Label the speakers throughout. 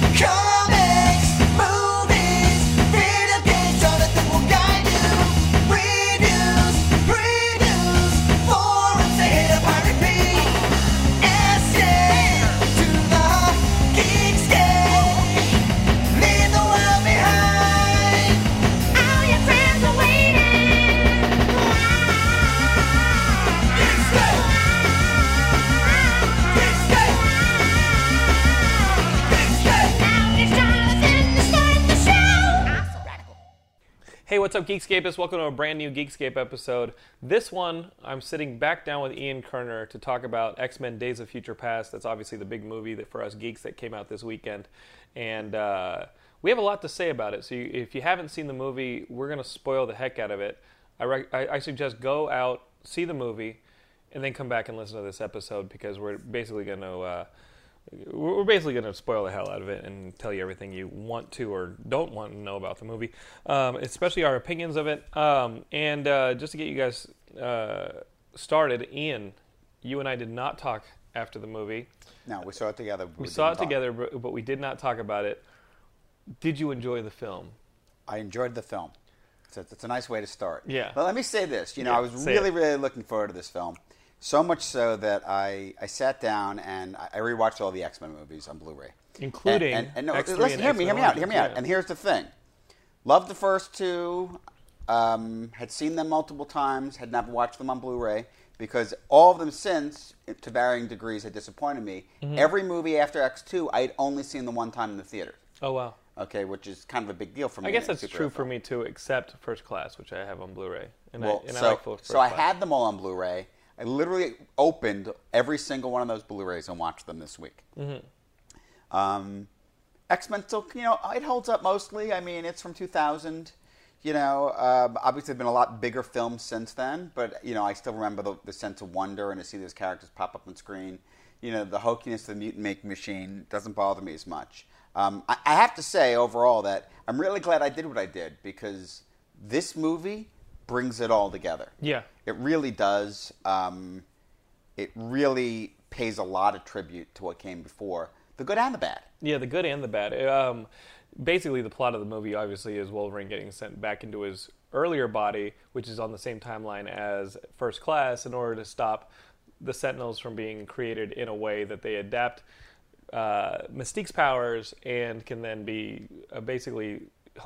Speaker 1: Comics, movies, video games, all the things will guide you. Reviews, previews, forums, they hit up, I repeat. Escape to the geekscape. Leave the world behind. All your friends are waiting. Geekscape. Geekscape. Geekscape. Now it's Jonathan to start the show. I'm so radical.
Speaker 2: Hey, what's up, Geekscapists? Welcome to a brand new Geekscape episode. This one, I'm sitting back down with Ian Kerner to talk about X Men Days of Future Past. That's obviously the big movie that for us geeks that came out this weekend. And uh, we have a lot to say about it. So you, if you haven't seen the movie, we're going to spoil the heck out of it. I, rec- I, I suggest go out, see the movie, and then come back and listen to this episode because we're basically going to. Uh, we're we're basically going to spoil the hell out of it and tell you everything you want to or don't want to know about the movie, um, especially our opinions of it. Um, and uh, just to get you guys uh, started, Ian, you and I did not talk after the movie.
Speaker 3: No, we saw it together. but
Speaker 2: We,
Speaker 3: didn't
Speaker 2: saw it
Speaker 3: talk.
Speaker 2: together, but, but we did not talk about it. Did you enjoy the film?
Speaker 3: I enjoyed the film. So it's, it's a nice way to start.
Speaker 2: Yeah.
Speaker 3: But let me say this. You know,
Speaker 2: Yeah,
Speaker 3: I was
Speaker 2: say
Speaker 3: really,
Speaker 2: it.
Speaker 3: really looking forward to this film. So much so that I, I sat down and I I rewatched all the X Men movies on Blu-ray,
Speaker 2: Including
Speaker 3: And, and, and no,
Speaker 2: X3
Speaker 3: listen,
Speaker 2: and
Speaker 3: hear me, hear
Speaker 2: X-Men
Speaker 3: me out, hear me out.
Speaker 2: Origins, yeah.
Speaker 3: And here's the thing: loved the first two. Um, had seen them multiple times. Had not watched them on Blu-ray because all of them since, to varying degrees, had disappointed me.
Speaker 2: Mm-hmm.
Speaker 3: Every movie after X two, I had only seen them one time in the theater.
Speaker 2: Oh, wow.
Speaker 3: Okay, which is kind of a big deal for me.
Speaker 2: I guess
Speaker 3: in a
Speaker 2: that's
Speaker 3: superhero
Speaker 2: true for
Speaker 3: film.
Speaker 2: me too, except First Class, which I have on Blu ray. And,
Speaker 3: Well,
Speaker 2: I, and
Speaker 3: so,
Speaker 2: I like First
Speaker 3: so I
Speaker 2: Class.
Speaker 3: had them all on Blu-ray. I literally opened every single one of those Blu-rays and watched them this week.
Speaker 2: Mm-hmm.
Speaker 3: Um, X-Men still, you know, it holds up mostly. I mean, it's from 2000. You know, um, obviously, there've been a lot bigger films since then, but you know, I still remember the, the sense of wonder and to see those characters pop up on screen. You know, the hokiness of the mutant making machine doesn't bother me as much. Um, I, I have to say overall that I'm really glad I did what I did because this movie brings it all together.
Speaker 2: Yeah.
Speaker 3: It really does. Um, it really pays a lot of tribute to what came before, the good and the bad.
Speaker 2: Yeah, the good and the bad. Um, basically, the plot of the movie obviously is Wolverine getting sent back into his earlier body, which is on the same timeline as First Class, in order to stop the Sentinels from being created in a way that they adapt uh, Mystique's powers and can then be uh, basically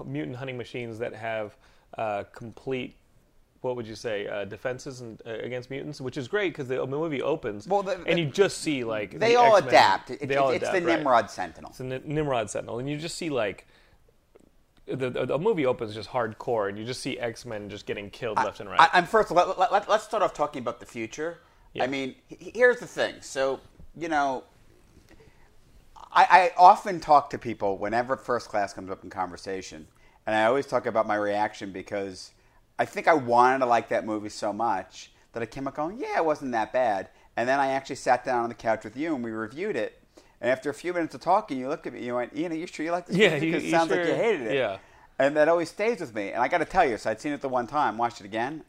Speaker 2: mutant hunting machines that have uh, complete. What would you say? Uh, defenses and, uh, against mutants, which is great because the movie opens
Speaker 3: Well, the-
Speaker 2: and you just see like
Speaker 3: They
Speaker 2: the
Speaker 3: all
Speaker 2: X-Men-
Speaker 3: adapt. It,
Speaker 2: they
Speaker 3: it-
Speaker 2: all
Speaker 3: it's
Speaker 2: adapt,
Speaker 3: the
Speaker 2: right.
Speaker 3: Nimrod Sentinel.
Speaker 2: It's a Ni- Nimrod Sentinel, and you just see like the, the, the movie opens just hardcore, and you just see X Men just getting killed left and right.
Speaker 3: I, I'm first. Let, let, let, us start off talking about the future.
Speaker 2: Yeah.
Speaker 3: I mean, h- h- here's the thing. So you know, I, I often talk to people whenever first class comes up in conversation, and I always talk about my reaction because I think I wanted to like that movie so much that I came up going, "Yeah, it wasn't that bad." And then I actually sat down on the couch with you and we reviewed it. And after a few minutes of talking, you looked at me and you went, "Ian, are you sure you like this
Speaker 2: Yeah,
Speaker 3: movie?
Speaker 2: you-
Speaker 3: 'Cause it
Speaker 2: you
Speaker 3: sounds like
Speaker 2: sure-
Speaker 3: you hated it."
Speaker 2: yeah.
Speaker 3: and that always stays with me. And I got to tell you, so I'd seen it the one time, watched it again.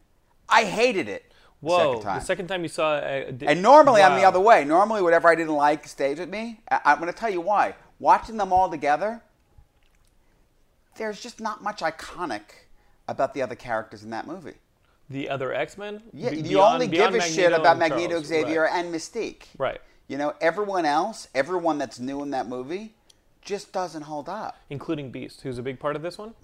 Speaker 3: I hated it. the
Speaker 2: Whoa!
Speaker 3: second time.
Speaker 2: The second time you saw, uh, di-
Speaker 3: and normally I'm the
Speaker 2: Wow.
Speaker 3: other way. Normally, whatever I didn't like stays with me. I- I'm going to tell you why. Watching them all together, there's just not much iconic about the other characters in that movie.
Speaker 2: The other X Men.
Speaker 3: Yeah, you only give a shit about Magneto, Xavier, and Mystique.
Speaker 2: Right.
Speaker 3: You know, everyone else, everyone that's new in that movie, just doesn't hold up.
Speaker 2: including Beast, who's a big part of this one.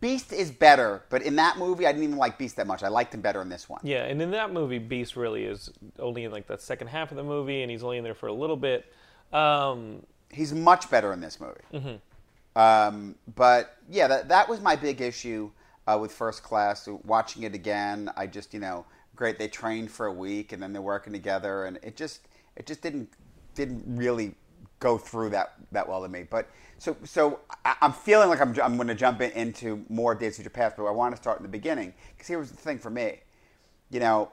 Speaker 3: Beast is better, but in that movie, I didn't even like Beast that much. I liked him better in this one.
Speaker 2: Yeah, and in that movie, Beast really is only in like the second half of the movie, and he's only in there for a little bit. Um,
Speaker 3: He's much better in this movie. Um, but yeah, that, that was my big issue uh, with First Class. Watching it again, I just, you know, great. They trained for a week and then they're working together, and it just it just didn't didn't really go through that that well to me. But so so I, I'm feeling like I'm I'm going to jump in, into more Days of Future Past, but I want to start in the beginning because here was the thing for me, you know,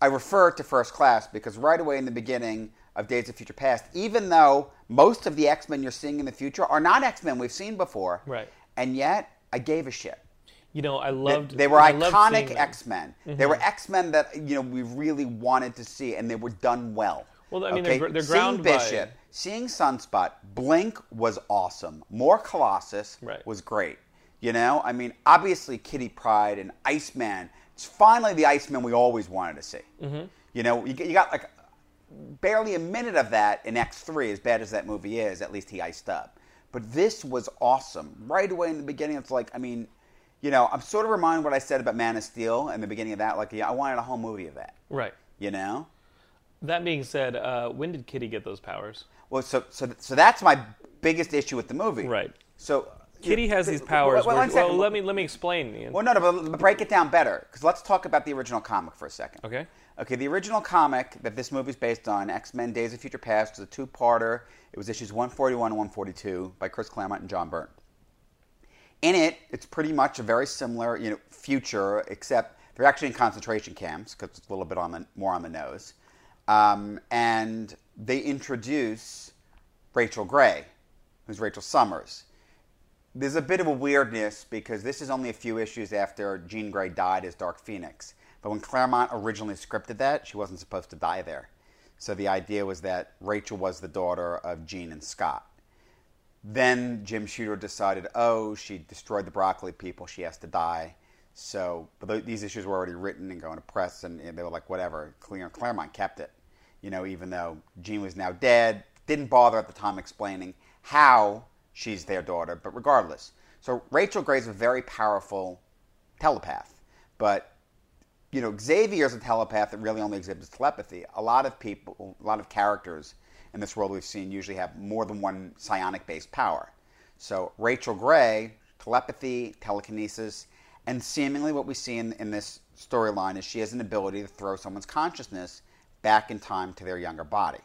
Speaker 3: I refer to First Class because right away in the beginning of Days of Future Past, even though most of the X Men you're seeing in the future are not X Men we've seen before,
Speaker 2: Right.
Speaker 3: And yet I gave a shit.
Speaker 2: You know, I
Speaker 3: They-
Speaker 2: loved.
Speaker 3: they were
Speaker 2: I loved
Speaker 3: iconic
Speaker 2: seeing them. Mm-hmm.
Speaker 3: X Men. They were X Men that you know we really wanted to see, and they were done well.
Speaker 2: Well, I mean, they're gr- they're
Speaker 3: seeing
Speaker 2: ground by-
Speaker 3: Bishop, seeing Sunspot, Blink was awesome. More Colossus
Speaker 2: Right.
Speaker 3: was great. You know, I mean, obviously Kitty Pride and Iceman. It's finally the Iceman we always wanted to see. You know, you, g- you got like barely a minute of that in X3, as bad as that movie is, at least he iced up. But this was awesome. Right away in the beginning, it's like, I mean, you know, I'm sort of reminded what I said about Man of Steel in the beginning of that. Like, yeah, I wanted a whole movie of that,
Speaker 2: Right.
Speaker 3: you know?
Speaker 2: That being said, uh, when did Kitty get those powers?
Speaker 3: Well, so, so, so that's my biggest issue with the movie.
Speaker 2: Right.
Speaker 3: So,
Speaker 2: Kitty has
Speaker 3: th-
Speaker 2: these powers. where-
Speaker 3: Well, one second.
Speaker 2: well, let me let me explain. Ian.
Speaker 3: Well, no, no, but break it down better. Because let's talk about the original comic for a second.
Speaker 2: Okay.
Speaker 3: Okay, the original comic that this movie's based on, X Men Days of Future Past, was a two parter. It was issues 141 and 142 by Chris Claremont and John Byrne. In it, it's pretty much a very similar you know, future, except they're actually in concentration camps because it's a little bit on the, more on the nose. Um, and they introduce Rachel Gray, who's Rachel Summers there's a bit of a weirdness because this is only a few issues after Jean Grey died as Dark Phoenix. But when Claremont originally scripted that, she wasn't supposed to die there. So the idea was that Rachel was the daughter of Jean and Scott. Then Jim Shooter decided, oh, she destroyed the broccoli people, she has to die. So, but th- these issues were already written and going to press, and you know, they were like, whatever. Clear- Claremont kept it, you know, even though Jean was now dead. Didn't bother at the time explaining how she's their daughter, but regardless. So Rachel Gray's a very powerful telepath, but you know, Xavier's a telepath that really only exhibits telepathy. A lot of people, a lot of characters in this world we've seen usually have more than one psionic based power. So Rachel Gray, telepathy, telekinesis, and seemingly what we see in, in this storyline is she has an ability to throw someone's consciousness back in time to their younger body.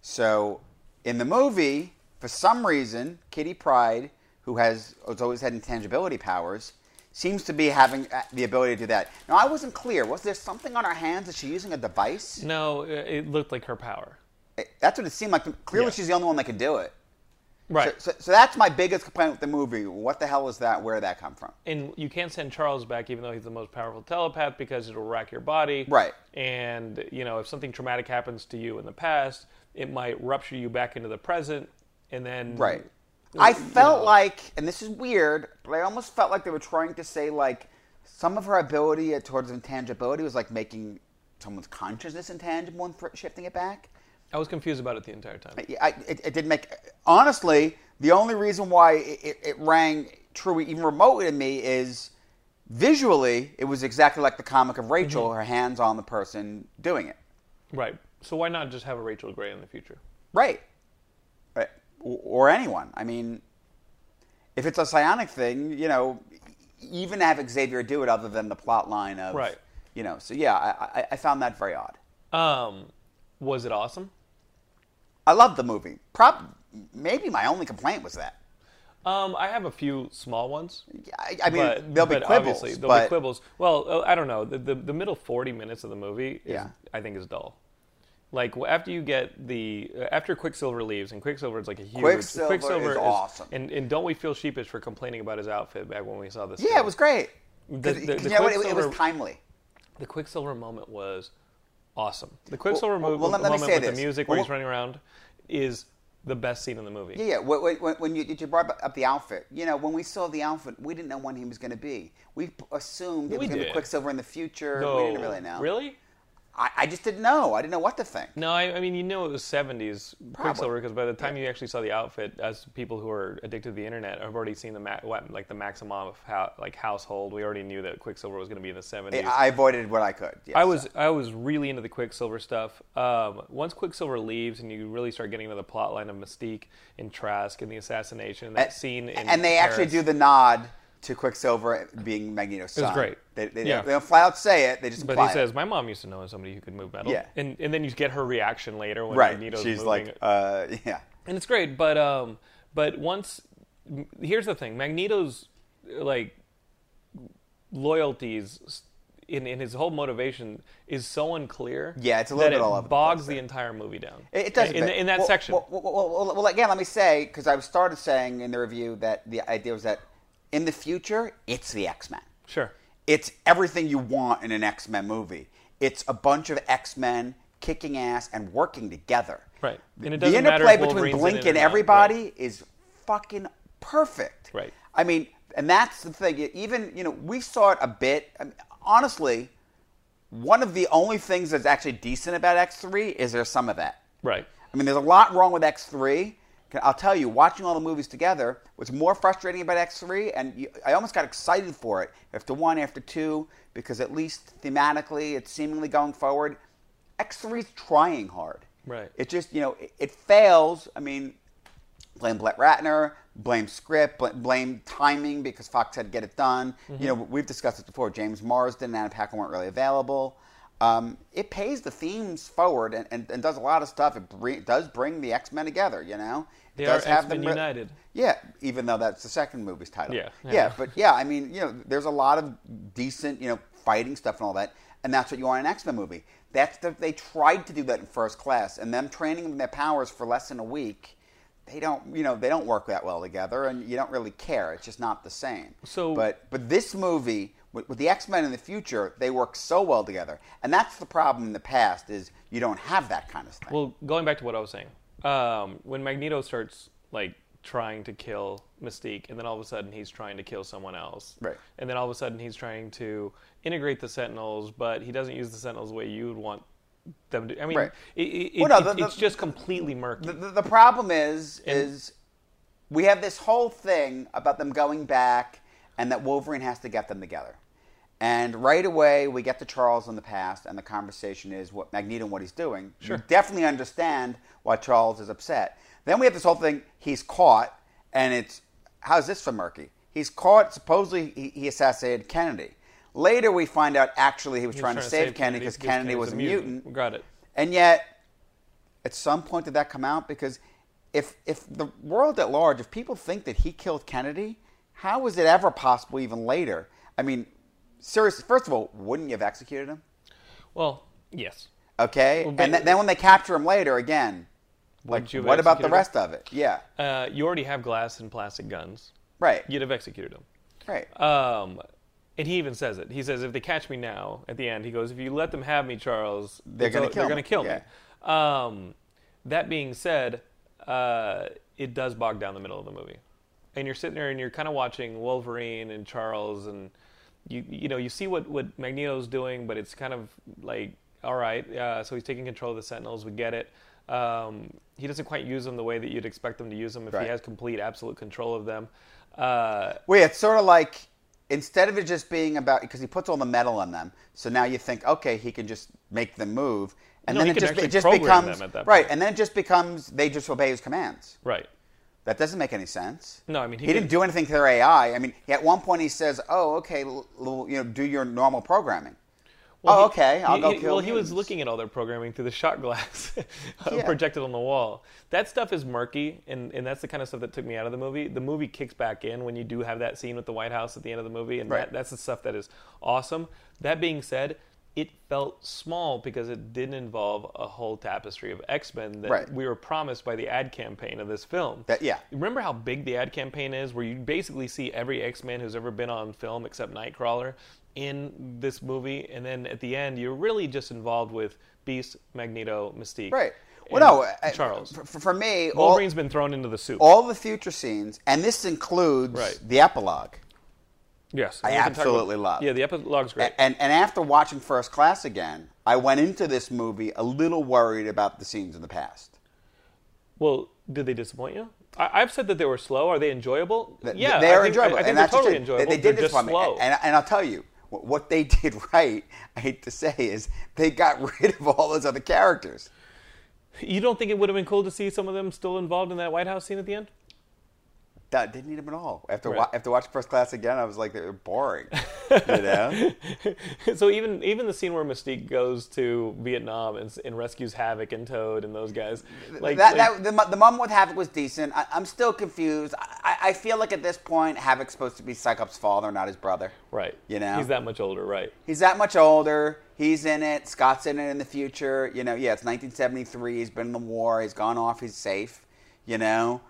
Speaker 3: So in the movie, for some reason, Kitty Pride, who has, has always had intangibility powers, seems to be having uh, the ability to do that. Now, I wasn't clear. Was there something on her hands? Is she using a device?
Speaker 2: No, it- it looked like her power.
Speaker 3: Eh, That's what it seemed like. Clearly,
Speaker 2: Yeah.
Speaker 3: she's the only one that can do it.
Speaker 2: Right.
Speaker 3: So, so, so that's my biggest complaint with the movie. What the hell is that? Where did that come from?
Speaker 2: and you can't send Charles back, even though he's the most powerful telepath, because it'll rack your body.
Speaker 3: Right.
Speaker 2: And you know, if something traumatic happens to you in the past, it might rupture you back into the present, and then
Speaker 3: Right. I felt like, and this is weird, but I almost felt like they were trying to say like some of her ability towards intangibility was like making someone's consciousness intangible and thr shifting it back.
Speaker 2: I was confused about it the entire time.
Speaker 3: Yeah, I, it, it did make honestly the only reason why it, it, it rang true even remotely to me is visually it was exactly like the comic of Rachel, her hands on the person doing it.
Speaker 2: Right. So why not just have a Rachel Gray in the future?
Speaker 3: Right. Right. Or or anyone. I mean, if it's a psionic thing, you know, even have Xavier do it other than the plot line of,
Speaker 2: Right.
Speaker 3: you know, so yeah, I, I, I found that very odd.
Speaker 2: Um, was it awesome?
Speaker 3: I loved the movie. Prob- maybe my only complaint was that.
Speaker 2: Um, I have a few small ones.
Speaker 3: I, I mean,
Speaker 2: but,
Speaker 3: there'll be
Speaker 2: but
Speaker 3: quibbles.
Speaker 2: obviously there'll
Speaker 3: but
Speaker 2: be quibbles. Well, uh, I don't know. The, the the middle forty minutes of the movie, is,
Speaker 3: Yeah.
Speaker 2: I think, is dull. Like w- after you get the uh, after Quicksilver leaves, and Quicksilver is like a huge
Speaker 3: Quicksilver is awesome.
Speaker 2: And, and don't we feel sheepish for complaining about his outfit back when we saw this?
Speaker 3: Yeah,
Speaker 2: film?
Speaker 3: it was great. 'Cause-
Speaker 2: The-
Speaker 3: 'cause
Speaker 2: the- the
Speaker 3: you know what? It, it was
Speaker 2: Quicksilver-
Speaker 3: timely.
Speaker 2: The Quicksilver moment was awesome. The Quicksilver
Speaker 3: well,
Speaker 2: mo-
Speaker 3: well, let- let me
Speaker 2: moment
Speaker 3: say
Speaker 2: with
Speaker 3: this.
Speaker 2: the music
Speaker 3: Well,
Speaker 2: where he's
Speaker 3: well-
Speaker 2: running around is the best scene in the movie.
Speaker 3: Yeah, yeah. When, when, when you, you brought up the outfit, you know, when we saw the outfit, we didn't know when he was going to be. We p- assumed it
Speaker 2: We
Speaker 3: was going to be
Speaker 2: did.
Speaker 3: Quicksilver in the future.
Speaker 2: No,
Speaker 3: we didn't really know.
Speaker 2: Really?
Speaker 3: I, I just didn't know. I didn't know what to think.
Speaker 2: No, I, I mean you knew it was '70s
Speaker 3: Probably.
Speaker 2: Quicksilver because by the time you actually saw the outfit, as people who are addicted to the internet have already seen the ma- what, like the maximum of how, like household, we already knew that Quicksilver was going to be in the '70s.
Speaker 3: I avoided what I could. Yes,
Speaker 2: I was I was really into the Quicksilver stuff. Um, once Quicksilver leaves and you really start getting into the plot line of Mystique and Trask and the assassination, that scene, in
Speaker 3: and they actually
Speaker 2: Paris-
Speaker 3: do the nod to Quicksilver being Magneto's son.
Speaker 2: great.
Speaker 3: They, they,
Speaker 2: Yeah.
Speaker 3: they don't flat out say it. They just
Speaker 2: But
Speaker 3: imply
Speaker 2: he
Speaker 3: it.
Speaker 2: says, "My mom used to know somebody who could move metal."
Speaker 3: Yeah.
Speaker 2: and and then you get her reaction later when
Speaker 3: right.
Speaker 2: Magneto's
Speaker 3: She's
Speaker 2: moving
Speaker 3: like,
Speaker 2: it.
Speaker 3: uh, yeah,
Speaker 2: and it's great. But um, but once m- here's the thing: Magneto's like loyalties s- in in his whole motivation is so unclear.
Speaker 3: Yeah, it's a little
Speaker 2: that
Speaker 3: bit
Speaker 2: it
Speaker 3: all over the
Speaker 2: bogs
Speaker 3: place
Speaker 2: the
Speaker 3: there.
Speaker 2: entire movie down.
Speaker 3: it, it does.
Speaker 2: in, in,
Speaker 3: fit.
Speaker 2: in that
Speaker 3: well,
Speaker 2: section.
Speaker 3: Well, well, well, well, well, again, let me say because I started saying in the review that the idea was that in the future it's the X Men.
Speaker 2: sure.
Speaker 3: It's everything you want in an X Men movie. It's a bunch of X Men kicking ass and working together.
Speaker 2: Right. And it
Speaker 3: the
Speaker 2: doesn't matter
Speaker 3: interplay
Speaker 2: if
Speaker 3: between
Speaker 2: Wolverine's in
Speaker 3: Blink
Speaker 2: it or
Speaker 3: and
Speaker 2: not,
Speaker 3: everybody
Speaker 2: right.
Speaker 3: is fucking perfect.
Speaker 2: Right.
Speaker 3: I mean, and that's the thing. Even you know, we saw it a bit. I mean, honestly, one of the only things that's actually decent about X three is there's some of that.
Speaker 2: Right.
Speaker 3: I mean, there's a lot wrong with X3. Can- I'll tell you, watching all the movies together was more frustrating about X3, and you, I almost got excited for it after one, after two, because at least thematically, it's seemingly going forward. X3's trying hard.
Speaker 2: Right.
Speaker 3: It just, you know, it, it fails. I mean, blame Brett Ratner, blame script, bl- blame timing because Fox had to get it done.
Speaker 2: Mm-hmm.
Speaker 3: You know, we've discussed this before. James Marsden and Anna Paquin weren't really available. Um, it pays the themes forward and, and, and does a lot of stuff. It bring, does bring the X Men together, you know? It
Speaker 2: They
Speaker 3: does
Speaker 2: are
Speaker 3: have
Speaker 2: X-Men
Speaker 3: them re-
Speaker 2: united.
Speaker 3: yeah, even though that's the second movie's title.
Speaker 2: Yeah,
Speaker 3: yeah.
Speaker 2: yeah.
Speaker 3: but yeah, I mean, you know, there's a lot of decent, you know, fighting stuff and all that, and that's what you want in an X-Men movie. That's the, they tried to do that in First Class, and them training their powers for less than a week, they don't, you know, they don't work that well together, and you don't really care. It's just not the same.
Speaker 2: So-
Speaker 3: but but this movie with, with the X-Men in the future, they work so well together, and that's the problem in the past is you don't have that kind of thing.
Speaker 2: Well, going back to what I was saying, um, when Magneto starts like trying to kill Mystique, and then all of a sudden he's trying to kill someone else,
Speaker 3: Right.
Speaker 2: And then all of a sudden he's trying to integrate the Sentinels, but he doesn't use the Sentinels the way you would want them to. I mean,
Speaker 3: Right.
Speaker 2: it, it,
Speaker 3: Well, no,
Speaker 2: it-
Speaker 3: the-
Speaker 2: it's
Speaker 3: the-
Speaker 2: just completely murky.
Speaker 3: the, the, the problem is is we have this whole thing about them going back and that Wolverine has to get them together. And right away we get to Charles in the past and the conversation is what Magneto and what he's doing. Sure. definitely understand why Charles is upset. Then we have this whole thing he's caught and it's how's this for murky? He's caught supposedly he, he assassinated Kennedy. Later we find out actually he was,
Speaker 2: He was
Speaker 3: trying, to save, Kennedy because Kennedy, was a mutant.
Speaker 2: Got it.
Speaker 3: And yet, at some point, did that come out? Because if if the world at large, if people think that he killed Kennedy, how was it ever possible? Even later, I mean, seriously. First of all, wouldn't you have executed him?
Speaker 2: Well, yes.
Speaker 3: Okay,
Speaker 2: Well,
Speaker 3: and
Speaker 2: but-
Speaker 3: th- then when they capture him later again, like
Speaker 2: Wouldn't you have
Speaker 3: what about the
Speaker 2: executed
Speaker 3: rest of it? Yeah,
Speaker 2: Uh, you already have glass and plastic guns.
Speaker 3: right,
Speaker 2: You'd have executed them.
Speaker 3: right.
Speaker 2: Um, and he even says it. He says, "If they catch me now," at the end, he goes, "If you let them have me, Charles,
Speaker 3: They're gonna kill
Speaker 2: they're gonna
Speaker 3: me."
Speaker 2: kill me." Um, that being said, uh, it does bog down the middle of the movie, and you're sitting there and you're kind of watching Wolverine and Charles, and you you know you see what what Magneto's doing, but it's kind of like, all right, uh, so he's taking control of the Sentinels. We get it. Um, he doesn't quite use them the way that you'd expect them to use them if
Speaker 3: Right.
Speaker 2: he has complete, absolute control of them. Uh,
Speaker 3: Well, yeah, it's sort of like instead of it just being about because he puts all the metal on them, so now you think, okay, he can just make them move, and
Speaker 2: No,
Speaker 3: then
Speaker 2: he
Speaker 3: it
Speaker 2: can
Speaker 3: just
Speaker 2: actually
Speaker 3: it just
Speaker 2: program
Speaker 3: becomes
Speaker 2: them at that
Speaker 3: right,
Speaker 2: point.
Speaker 3: and then it just becomes they just obey his commands.
Speaker 2: right.
Speaker 3: That doesn't make any sense.
Speaker 2: No, I mean,
Speaker 3: he,
Speaker 2: he
Speaker 3: didn't
Speaker 2: could-
Speaker 3: do anything to their AI. I mean, at one point he says, "Oh, okay, l- l- you know, do your normal programming."
Speaker 2: Well,
Speaker 3: oh,
Speaker 2: he-
Speaker 3: okay, I'll
Speaker 2: he-
Speaker 3: go
Speaker 2: he-
Speaker 3: kill.
Speaker 2: Well, he was
Speaker 3: mutants.
Speaker 2: looking at all their programming through the shot glass uh,
Speaker 3: Yeah.
Speaker 2: projected on the wall. That stuff is murky, and, and that's the kind of stuff that took me out of the movie. The movie kicks back in when you do have that scene with the White House at the end of the movie, and
Speaker 3: Right.
Speaker 2: that, that's the stuff that is awesome. That being said, it felt small because it didn't involve a whole tapestry of X Men that
Speaker 3: Right.
Speaker 2: we were promised by the ad campaign of this film.
Speaker 3: That- yeah.
Speaker 2: Remember how big the ad campaign is, where you basically see every X Man who's ever been on film except Nightcrawler in this movie, and then at the end, you're really just involved with Beast, Magneto, Mystique,
Speaker 3: right.
Speaker 2: and
Speaker 3: Well, no, I-
Speaker 2: Charles.
Speaker 3: For, for me, all,
Speaker 2: Wolverine's been thrown into the soup.
Speaker 3: all the future scenes, and this includes
Speaker 2: Right.
Speaker 3: the epilogue.
Speaker 2: yes,
Speaker 3: I
Speaker 2: we can talk
Speaker 3: absolutely love.
Speaker 2: Yeah, the epilogue's great.
Speaker 3: A- And and after watching First Class again, I went into this movie a little worried about the scenes in the past.
Speaker 2: well, did they disappoint you? I, I've said that they were slow. Are they enjoyable?
Speaker 3: Th-
Speaker 2: yeah,
Speaker 3: they are
Speaker 2: I think,
Speaker 3: enjoyable.
Speaker 2: I, I think
Speaker 3: and
Speaker 2: they're
Speaker 3: that's the
Speaker 2: totally
Speaker 3: thing.
Speaker 2: enjoyable.
Speaker 3: They, they did
Speaker 2: they're
Speaker 3: this
Speaker 2: just
Speaker 3: for me.
Speaker 2: slow.
Speaker 3: And, and I'll tell you wh- what they did right. I hate to say is they got rid of all those other characters.
Speaker 2: you don't think it would have been cool to see some of them still involved in that White House scene at the end?
Speaker 3: that didn't need them at all. After
Speaker 2: Right.
Speaker 3: wa- after watching first class again, I was like, they're boring. you know,
Speaker 2: so even even the scene where Mystique goes to Vietnam and, s- and rescues Havoc and Toad and those guys, like, like-
Speaker 3: that, that the, mu- the mom with Havoc was decent. I, I'm still confused. I, I I feel like at this point, Havoc's supposed to be Cyclops' father, not his brother.
Speaker 2: right?
Speaker 3: You know,
Speaker 2: he's that much older, right?
Speaker 3: He's that much older. He's in it. Scott's in it in the future. You know, yeah, it's 1973. He's been in the war. He's gone off. He's safe. You know,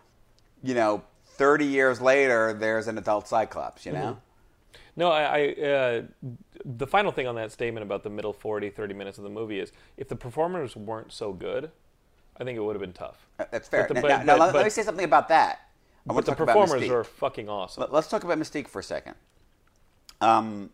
Speaker 3: you know, 30 years later, there's an adult Cyclops. You
Speaker 2: Mm-hmm.
Speaker 3: know,
Speaker 2: No, I, I uh, the final thing on that statement about the middle 40, 30 minutes of the movie is if the performers weren't so good, I think it would have been tough.
Speaker 3: That- Uh, that's fair.
Speaker 2: But the-
Speaker 3: Now-
Speaker 2: but-
Speaker 3: now, now
Speaker 2: but-
Speaker 3: let, let
Speaker 2: but-
Speaker 3: me say something about that. I
Speaker 2: But
Speaker 3: want to
Speaker 2: the
Speaker 3: talk about
Speaker 2: performers
Speaker 3: Mystique.
Speaker 2: are fucking awesome.
Speaker 3: Let- Let's talk about Mystique for a second. Um,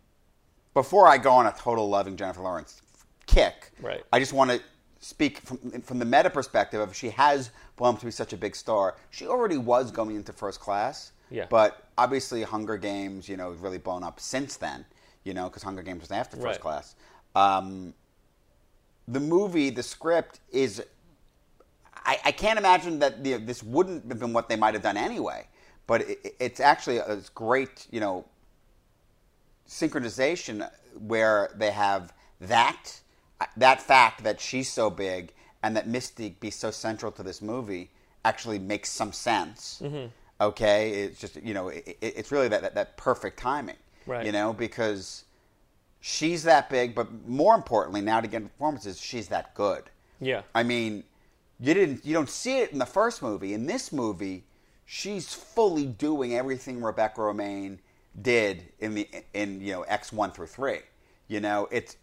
Speaker 3: before I go on a total loving Jennifer Lawrence kick,
Speaker 2: Right.
Speaker 3: I just want to speak from from the meta perspective of she has blown up to be such a big star. She already was going into first class,
Speaker 2: Yeah.
Speaker 3: But obviously, Hunger Games, you know, has really blown up since then, you know, because Hunger Games was after first
Speaker 2: Right.
Speaker 3: class. Um, the movie, the script is I, I can't imagine that the, this wouldn't have been what they might have done anyway. But it, it's actually a it's great, you know, synchronization where they have that that fact that she's so big and that Mystique be so central to this movie actually makes some sense. Okay, it's just you know, it, it, it's really that, that that perfect timing.
Speaker 2: Right.
Speaker 3: You know, because she's that big, but more importantly, now to get performances, she's that good.
Speaker 2: Yeah.
Speaker 3: I mean, you didn't you don't see it in the first movie. In this movie, she's fully doing everything Rebecca Romaine did in the in you know X one through three. You know, it's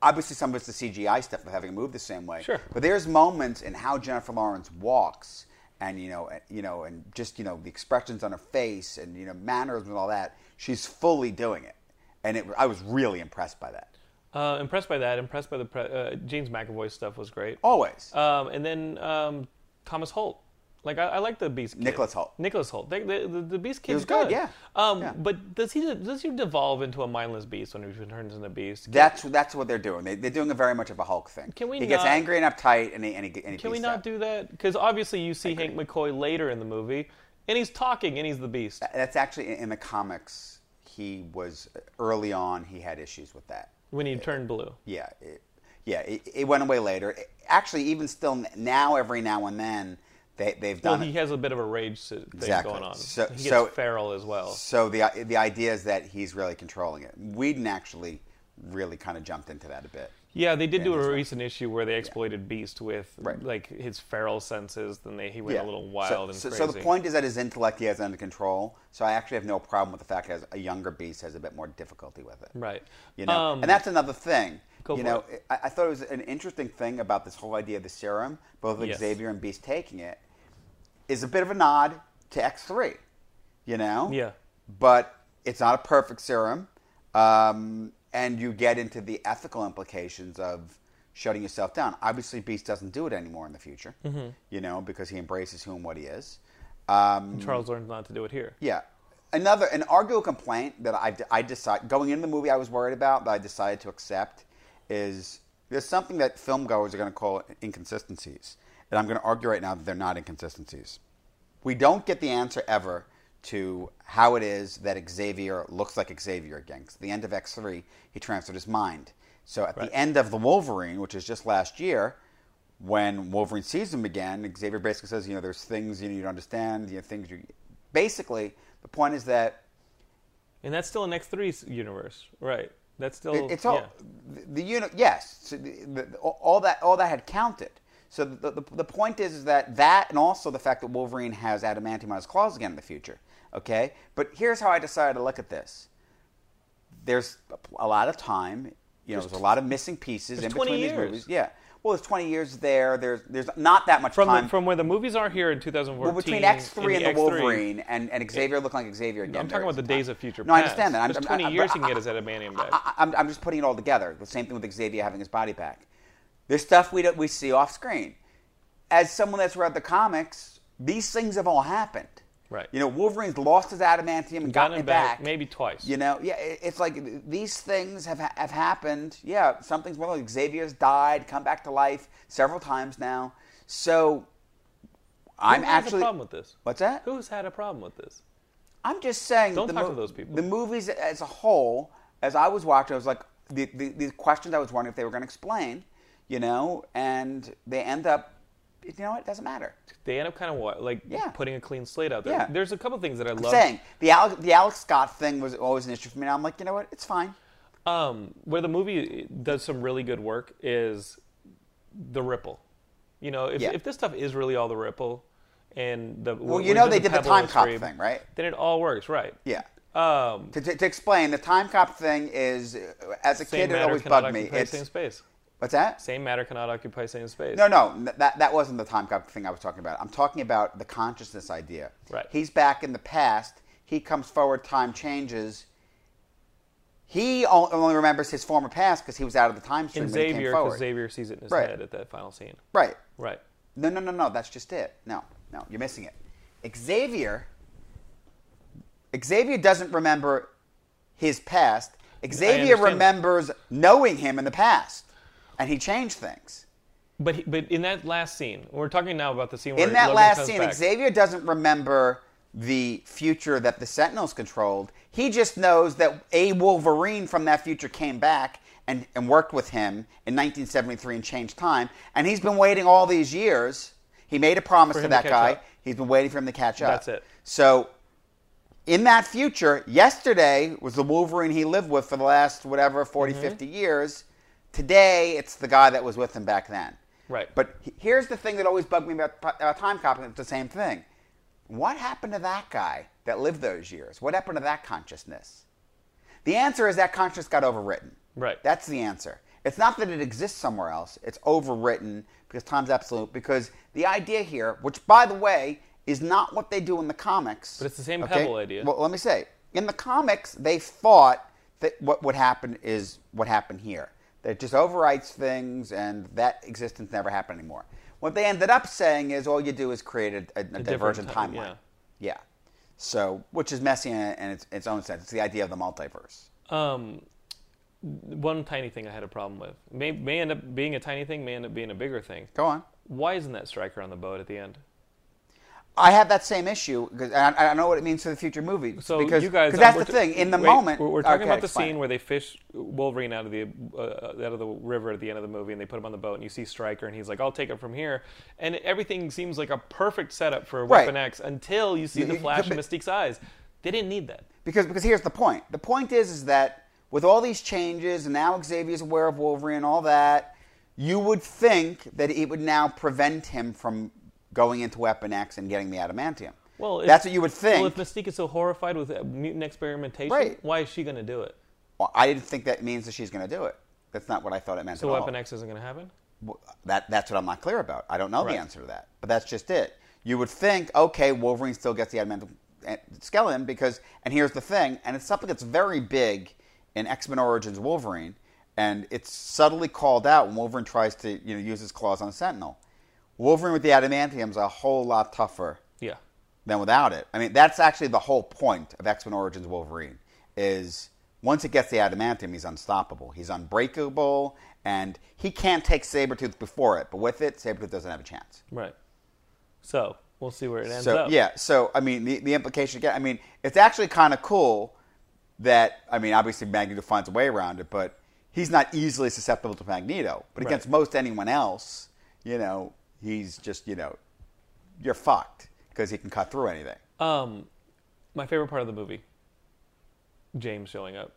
Speaker 3: obviously some of it's the CGI stuff of having moved the same way.
Speaker 2: Sure.
Speaker 3: But there's moments in how Jennifer Lawrence walks and you know and, you know and just you know the expressions on her face and you know manners and all that. She's fully doing it. And it, I was really impressed by that.
Speaker 2: Uh, impressed by that. Impressed by the pre- uh, James McAvoy stuff was great.
Speaker 3: Always.
Speaker 2: Um, and then um, Thomas Holt. Like I, I like the Beast. Kid.
Speaker 3: Nicholas Holt.
Speaker 2: Nicholas Holt. They, they, the, the Beast kid
Speaker 3: was good, yeah.
Speaker 2: Um,
Speaker 3: Yeah.
Speaker 2: But does he does he devolve into a mindless beast when he turns into a beast?
Speaker 3: That's that's what they're doing. They, they're doing a very much of a Hulk thing.
Speaker 2: Can we
Speaker 3: He gets
Speaker 2: not-
Speaker 3: angry and uptight, and he and he, and he
Speaker 2: Can we
Speaker 3: beats
Speaker 2: not
Speaker 3: up.
Speaker 2: do that? Because obviously you see Hank McCoy later in the movie, and he's talking, and he's the Beast.
Speaker 3: That's actually in- in the comics. He was early on. He had issues with that.
Speaker 2: When he turned blue,
Speaker 3: Yeah, it, yeah. It, it went away later. It- actually, even still n- now, every now and then they they've
Speaker 2: well,
Speaker 3: done
Speaker 2: he
Speaker 3: it.
Speaker 2: has a bit of a rage s- thing
Speaker 3: Exactly.
Speaker 2: going on.
Speaker 3: So-
Speaker 2: he gets
Speaker 3: so-
Speaker 2: feral as well.
Speaker 3: So the i- the idea is that he's really controlling it. Whedon actually really kind of jumped into that a bit.
Speaker 2: Yeah, they did do
Speaker 3: he's
Speaker 2: a
Speaker 3: right.
Speaker 2: recent issue where they exploited Beast with
Speaker 3: Right.
Speaker 2: like his feral senses. Then they he went a little wild
Speaker 3: so,
Speaker 2: and
Speaker 3: so,
Speaker 2: crazy.
Speaker 3: so the point is that his intellect he has under control. So I actually have no problem with the fact that a younger beast has a bit more difficulty with it.
Speaker 2: right?
Speaker 3: You know,
Speaker 2: Um,
Speaker 3: and that's another thing.
Speaker 2: Go
Speaker 3: you
Speaker 2: for
Speaker 3: know,
Speaker 2: it.
Speaker 3: I, I thought it was an interesting thing about this whole idea of the serum, both
Speaker 2: Yes.
Speaker 3: Xavier and Beast taking it, is a bit of a nod to X three. You know,
Speaker 2: Yeah.
Speaker 3: but it's not a perfect serum, um, and you get into the ethical implications of shutting yourself down. Obviously, Beast doesn't do it anymore in the future.
Speaker 2: Mm-hmm.
Speaker 3: You know, because he embraces who and what he is. Um,
Speaker 2: Charles learns not to do it here.
Speaker 3: yeah. Another, an arguable complaint that I, I decide going into the movie I was worried about, but I decided to accept, is there's something that filmgoers are going to call inconsistencies. And I'm going to argue right now that they're not inconsistencies. We don't get the answer ever to how it is that Xavier looks like Xavier again. 'Cause at the end of X3, he transferred his mind. So at the end of The Wolverine, which is just last year, when Wolverine sees him again, Xavier basically says, you know, there's things you, know, you don't understand, you know, things you. Basically, the point is that
Speaker 2: And that's still an X 3 universe, right? That's still
Speaker 3: it, it's all
Speaker 2: yeah.
Speaker 3: the, the unit. Yes, so the, the, all that all that had counted. So the, the the point is is that that and also the fact that Wolverine has adamantium on his claws again in the future. Okay, but here's how I decided to look at this. There's a lot of time. You know, there's, a lot of missing pieces in
Speaker 2: 20
Speaker 3: between these
Speaker 2: years.
Speaker 3: movies. Yeah. Well, there's 20 years there. There's there's not that much
Speaker 2: from
Speaker 3: time
Speaker 2: the, from where the movies are here in 2014.
Speaker 3: well, between X three and the
Speaker 2: X3,
Speaker 3: Wolverine and, and Xavier looking like Xavier again.
Speaker 2: I'm
Speaker 3: there
Speaker 2: talking about
Speaker 3: is
Speaker 2: the
Speaker 3: a
Speaker 2: days
Speaker 3: time.
Speaker 2: of future.
Speaker 3: No, I
Speaker 2: past.
Speaker 3: understand that. I'm,
Speaker 2: There's
Speaker 3: I'm-
Speaker 2: 20
Speaker 3: I'm-
Speaker 2: years
Speaker 3: I-
Speaker 2: he can get his adamantium back.
Speaker 3: I, I'm, I'm just putting it all together. The same thing with Xavier having his body back. There's stuff we don't, we see off screen. As someone that's read the comics, these things have all happened.
Speaker 2: Right.
Speaker 3: You know, Wolverine's lost his adamantium
Speaker 2: Gotten
Speaker 3: and gotten
Speaker 2: it
Speaker 3: it back,
Speaker 2: back, maybe twice.
Speaker 3: You know, yeah. it- It's like these things have ha- have happened. Yeah, something's one of those. Xavier's died, come back to life several times now. So, I'm
Speaker 2: Who has
Speaker 3: actually
Speaker 2: a problem with this.
Speaker 3: What's that?
Speaker 2: Who's had a problem with this?
Speaker 3: I'm just saying.
Speaker 2: Don't
Speaker 3: the
Speaker 2: talk to those people.
Speaker 3: The movies as a whole, as I was watching, I was like, the, the, the questions I was wondering if they were going to explain, you know, and they end up, you know, what? it doesn't matter.
Speaker 2: They end up kind of like
Speaker 3: Yeah.
Speaker 2: putting a clean slate out there.
Speaker 3: Yeah.
Speaker 2: There's a couple things that I
Speaker 3: I'm
Speaker 2: love.
Speaker 3: saying the Alex, the Alex Scott thing was always an issue for me. And I'm like, you know what? It's fine.
Speaker 2: um, where the movie does some really good work is the ripple. You know, if,
Speaker 3: Yeah.
Speaker 2: if this stuff is really all the ripple, and the
Speaker 3: Well, you know they did the time cop
Speaker 2: stream,
Speaker 3: thing, right?
Speaker 2: Then it all works, right?
Speaker 3: Yeah.
Speaker 2: Um,
Speaker 3: To, to, to explain, the time cop thing is, uh, as a
Speaker 2: same
Speaker 3: kid, it
Speaker 2: matter
Speaker 3: always
Speaker 2: cannot
Speaker 3: bugged me.
Speaker 2: occupy
Speaker 3: It's
Speaker 2: same space.
Speaker 3: what's that?
Speaker 2: Same matter cannot occupy same space.
Speaker 3: No, no, n- that that wasn't the time cop thing I was talking about. I'm talking about the consciousness idea.
Speaker 2: Right.
Speaker 3: He's back in the past. He comes forward. Time changes. He o- only remembers his former past because he was out of the time stream
Speaker 2: And
Speaker 3: when he
Speaker 2: Xavier,
Speaker 3: came forward.
Speaker 2: because Xavier sees it in his
Speaker 3: Right.
Speaker 2: head at that final scene.
Speaker 3: Right.
Speaker 2: Right.
Speaker 3: No, no, no, no. That's just it. No, no, you're missing it. Xavier. Xavier doesn't remember his past. Xavier
Speaker 2: understand that.
Speaker 3: remembers knowing him in the past, and he changed things.
Speaker 2: But he, but in that last scene, we're talking now about the scene where
Speaker 3: in that
Speaker 2: Logan
Speaker 3: last
Speaker 2: comes
Speaker 3: scene,
Speaker 2: back.
Speaker 3: Xavier doesn't remember the future that the Sentinels controlled. He just knows that a Wolverine from that future came back and, and worked with him in 1973 and changed time. And he's been waiting all these years. He made a promise
Speaker 2: For
Speaker 3: to
Speaker 2: him to
Speaker 3: that
Speaker 2: catch
Speaker 3: guy.
Speaker 2: up.
Speaker 3: He's been waiting for him to catch up.
Speaker 2: That's it.
Speaker 3: So, in that future, yesterday was the Wolverine he lived with for the last whatever 40,
Speaker 2: Mm-hmm.
Speaker 3: 50 years. Today, it's the guy that was with him back then.
Speaker 2: Right.
Speaker 3: But he- here's the thing that always bugged me about, about time copying. It's the same thing. What happened to that guy that lived those years? What happened to that consciousness? The answer is that consciousness got overwritten.
Speaker 2: Right.
Speaker 3: That's the answer. It's not that it exists somewhere else. It's overwritten because time's absolute. Because the idea here, which by the way is not what they do in the comics,
Speaker 2: But it's the same Pebble idea.
Speaker 3: Well, let me say, in the comics, they thought that what would happen is what happened here. That it just overwrites things, and that existence never happened anymore. What they ended up saying is all you do is create a, a, a divergent
Speaker 2: time,
Speaker 3: timeline. Yeah. So, which is messy in, in its, its own sense. It's the idea of the multiverse.
Speaker 2: Um, one tiny thing I had a problem with may may end up being a tiny thing, may end up being a bigger thing.
Speaker 3: Go on.
Speaker 2: Why isn't that striker on the boat at the end?
Speaker 3: I have that same issue because I, I know what it means for the future movie.
Speaker 2: So
Speaker 3: because
Speaker 2: you guys, um,
Speaker 3: 'cause that's
Speaker 2: we're
Speaker 3: the
Speaker 2: t-
Speaker 3: thing. In the
Speaker 2: wait,
Speaker 3: moment,
Speaker 2: we're, we're talking
Speaker 3: okay,
Speaker 2: about the
Speaker 3: explain
Speaker 2: scene
Speaker 3: it.
Speaker 2: where they fish Wolverine out of the uh, out of the river at the end of the movie, and they put him on the boat, and you see Stryker, and he's like, "I'll take it from here," and everything seems like a perfect setup for
Speaker 3: Right.
Speaker 2: Weapon X until you see
Speaker 3: You-
Speaker 2: the
Speaker 3: you-
Speaker 2: flash of
Speaker 3: but-
Speaker 2: Mystique's eyes. They didn't need that.
Speaker 3: because because here's the point. The point is is that with all these changes and now Xavier's aware of Wolverine and all that, you would think that it would now prevent him from going into Weapon X and getting the adamantium.
Speaker 2: Well, if-
Speaker 3: that's what you would think.
Speaker 2: Well, if Mystique is so horrified with uh, mutant experimentation,
Speaker 3: Right.
Speaker 2: why is she going to do it?
Speaker 3: Well, I didn't think that means that she's going to do it. That's not what I thought it meant.
Speaker 2: So
Speaker 3: at all.
Speaker 2: Weapon X isn't going to happen.
Speaker 3: Well, that that's what I'm not clear about. I don't know
Speaker 2: Right.
Speaker 3: the answer to that, but that's just it. You would think, okay, Wolverine still gets the adamantium eh, skeleton because, and here's the thing, and it's something that's very big in X Men Origins Wolverine, and it's subtly called out when Wolverine tries to you know use his claws on Sentinel. Wolverine with the adamantium is a whole lot tougher
Speaker 2: Yeah.
Speaker 3: than without it. I mean, that's actually the whole point of X Men Origins Wolverine is once it gets the adamantium, he's unstoppable. He's unbreakable, and he can't take Sabretooth before it. But with it, Sabretooth doesn't have a chance.
Speaker 2: Right. So we'll see where it ends
Speaker 3: so
Speaker 2: up.
Speaker 3: yeah, so I mean, the, the implication again. I mean, it's actually kind of cool that I mean, obviously Magneto finds a way around it, but he's not easily susceptible to Magneto. But against
Speaker 2: Right.
Speaker 3: most anyone else, you know, he's just you know, you're fucked because he can cut through anything.
Speaker 2: Um, my favorite part of the movie, James showing up,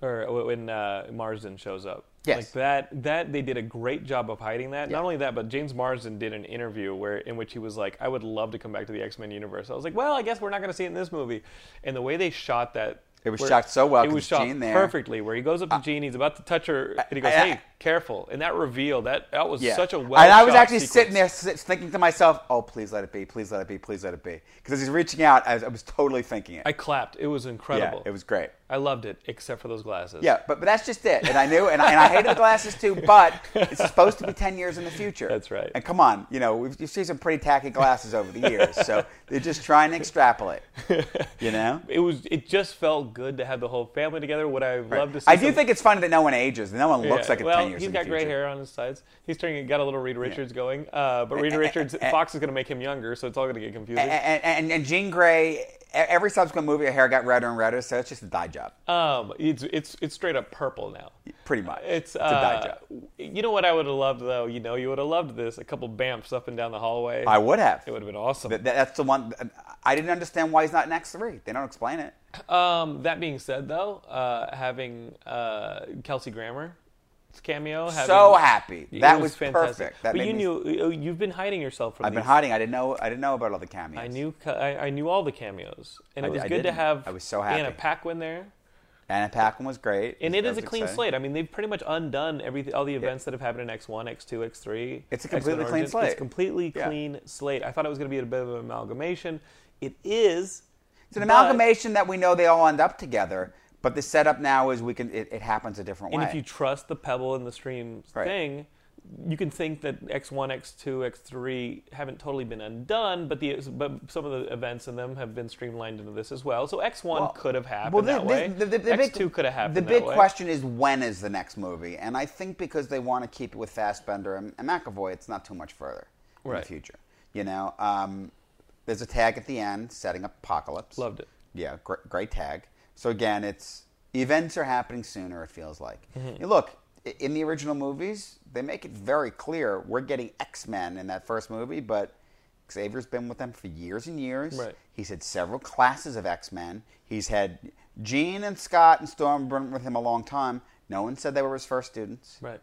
Speaker 2: or when uh, Marsden shows up.
Speaker 3: Yes.
Speaker 2: Like that. That they did a great job of hiding that.
Speaker 3: Yeah.
Speaker 2: Not only that, but James Marsden did an interview where in which he was like, "I would love to come back to the X Men universe." I was like, "Well, I guess we're not going to see it in this movie." And the way they shot that.
Speaker 3: It was
Speaker 2: where-
Speaker 3: shot so well
Speaker 2: It
Speaker 3: 'cause
Speaker 2: was shot
Speaker 3: Jean there- Uh,
Speaker 2: perfectly. Where he goes up to Jean, he's about to touch her, and he goes,
Speaker 3: I- I-
Speaker 2: "Hey, careful!" And that reveal, that that was
Speaker 3: Yeah.
Speaker 2: such a well.
Speaker 3: And I was
Speaker 2: shot
Speaker 3: actually
Speaker 2: sequence.
Speaker 3: sitting there s- thinking to myself, "Oh, please let it be. Please let it be. Please let it be." Because as he's reaching out, I was, I was totally thinking it.
Speaker 2: I clapped. It was incredible.
Speaker 3: it was great.
Speaker 2: I loved it, except for those glasses.
Speaker 3: yeah, but, but that's just it. And I knew, and, I- and I hated the glasses too. But it's supposed to be ten years in the future.
Speaker 2: That's right.
Speaker 3: And come on, you know we've, you've seen some pretty tacky glasses over the years, so they're just trying to extrapolate. You know.
Speaker 2: It was. It just felt good to have the whole family together. Would I have loved to see?
Speaker 3: I do
Speaker 2: some-
Speaker 3: think it's funny that no one ages and no one
Speaker 2: Yeah,
Speaker 3: looks like it's
Speaker 2: well,
Speaker 3: ten years
Speaker 2: he's
Speaker 3: in the
Speaker 2: got gray
Speaker 3: future.
Speaker 2: hair on his sides. He's turning got a little Reed Richards going. Uh, but Reed
Speaker 3: eh,
Speaker 2: Richards,
Speaker 3: eh,
Speaker 2: Fox is going to make him younger, so it's all going to get confusing.
Speaker 3: And, and, and Jean Grey, e- every subsequent movie, her hair got redder and redder, so it's just a dye job,
Speaker 2: Um, it's it's it's straight up purple now.
Speaker 3: pretty much.
Speaker 2: It's,
Speaker 3: a dye
Speaker 2: uh,
Speaker 3: job.
Speaker 2: you know what I would have loved though. You know you would have loved this. A couple bamfs up and down the hallway.
Speaker 3: I would have.
Speaker 2: It would have been awesome.
Speaker 3: That- that's the one. I didn't understand why he's not in X three. They don't explain it.
Speaker 2: Um, that being said, though, uh, having uh, Kelsey Grammer cameo, having,
Speaker 3: so happy.
Speaker 2: It
Speaker 3: That was, perfect. That
Speaker 2: but
Speaker 3: made
Speaker 2: you
Speaker 3: me-
Speaker 2: knew uh, you've been hiding yourself from.
Speaker 3: I've been
Speaker 2: these.
Speaker 3: hiding. I didn't know. I didn't know about all the cameos.
Speaker 2: I knew ca- I, I knew all the cameos, and it
Speaker 3: I-
Speaker 2: was
Speaker 3: I
Speaker 2: good to
Speaker 3: didn't.
Speaker 2: have.
Speaker 3: I was so happy.
Speaker 2: Anna Paquin there,
Speaker 3: Anna Paquin was great,
Speaker 2: and it
Speaker 3: That
Speaker 2: is a
Speaker 3: was
Speaker 2: clean
Speaker 3: exciting.
Speaker 2: slate. I mean, they've pretty much undone everything, all the events that have happened in X one, X two, X three.
Speaker 3: It's a completely clean
Speaker 2: It's
Speaker 3: slate.
Speaker 2: a completely
Speaker 3: Yeah.
Speaker 2: clean slate. I thought it was going to be a bit of an amalgamation. It is.
Speaker 3: It's an amalgamation that we know they all end up together, but the setup now is we can. It, it happens a different
Speaker 2: And
Speaker 3: way.
Speaker 2: if you trust the pebble in the stream
Speaker 3: Right.
Speaker 2: thing, you can think that X1, X2, X3 haven't totally been undone, but the but some of the events in them have been streamlined into this as well. So X1 could have happened
Speaker 3: the-
Speaker 2: that
Speaker 3: the-
Speaker 2: way.
Speaker 3: the- the- the big-
Speaker 2: X2 could have happened
Speaker 3: The
Speaker 2: that
Speaker 3: big
Speaker 2: way.
Speaker 3: question is when is the next movie? And I think because they want to keep it with Fassbender and, and McAvoy, it's not too much further in
Speaker 2: Right.
Speaker 3: the future. You know, um, there's a tag at the end setting up apocalypse.
Speaker 2: Loved it.
Speaker 3: Yeah, great, great tag. So again, it's events are happening sooner. It feels like. You look i- in the original movies, they make it very clear we're getting X Men in that first movie, but Xavier's been with them for years and years.
Speaker 2: Right.
Speaker 3: He's had several classes of X Men. He's had Jean and Scott and Storm been with him a long time. No one said they were his first students.
Speaker 2: Right.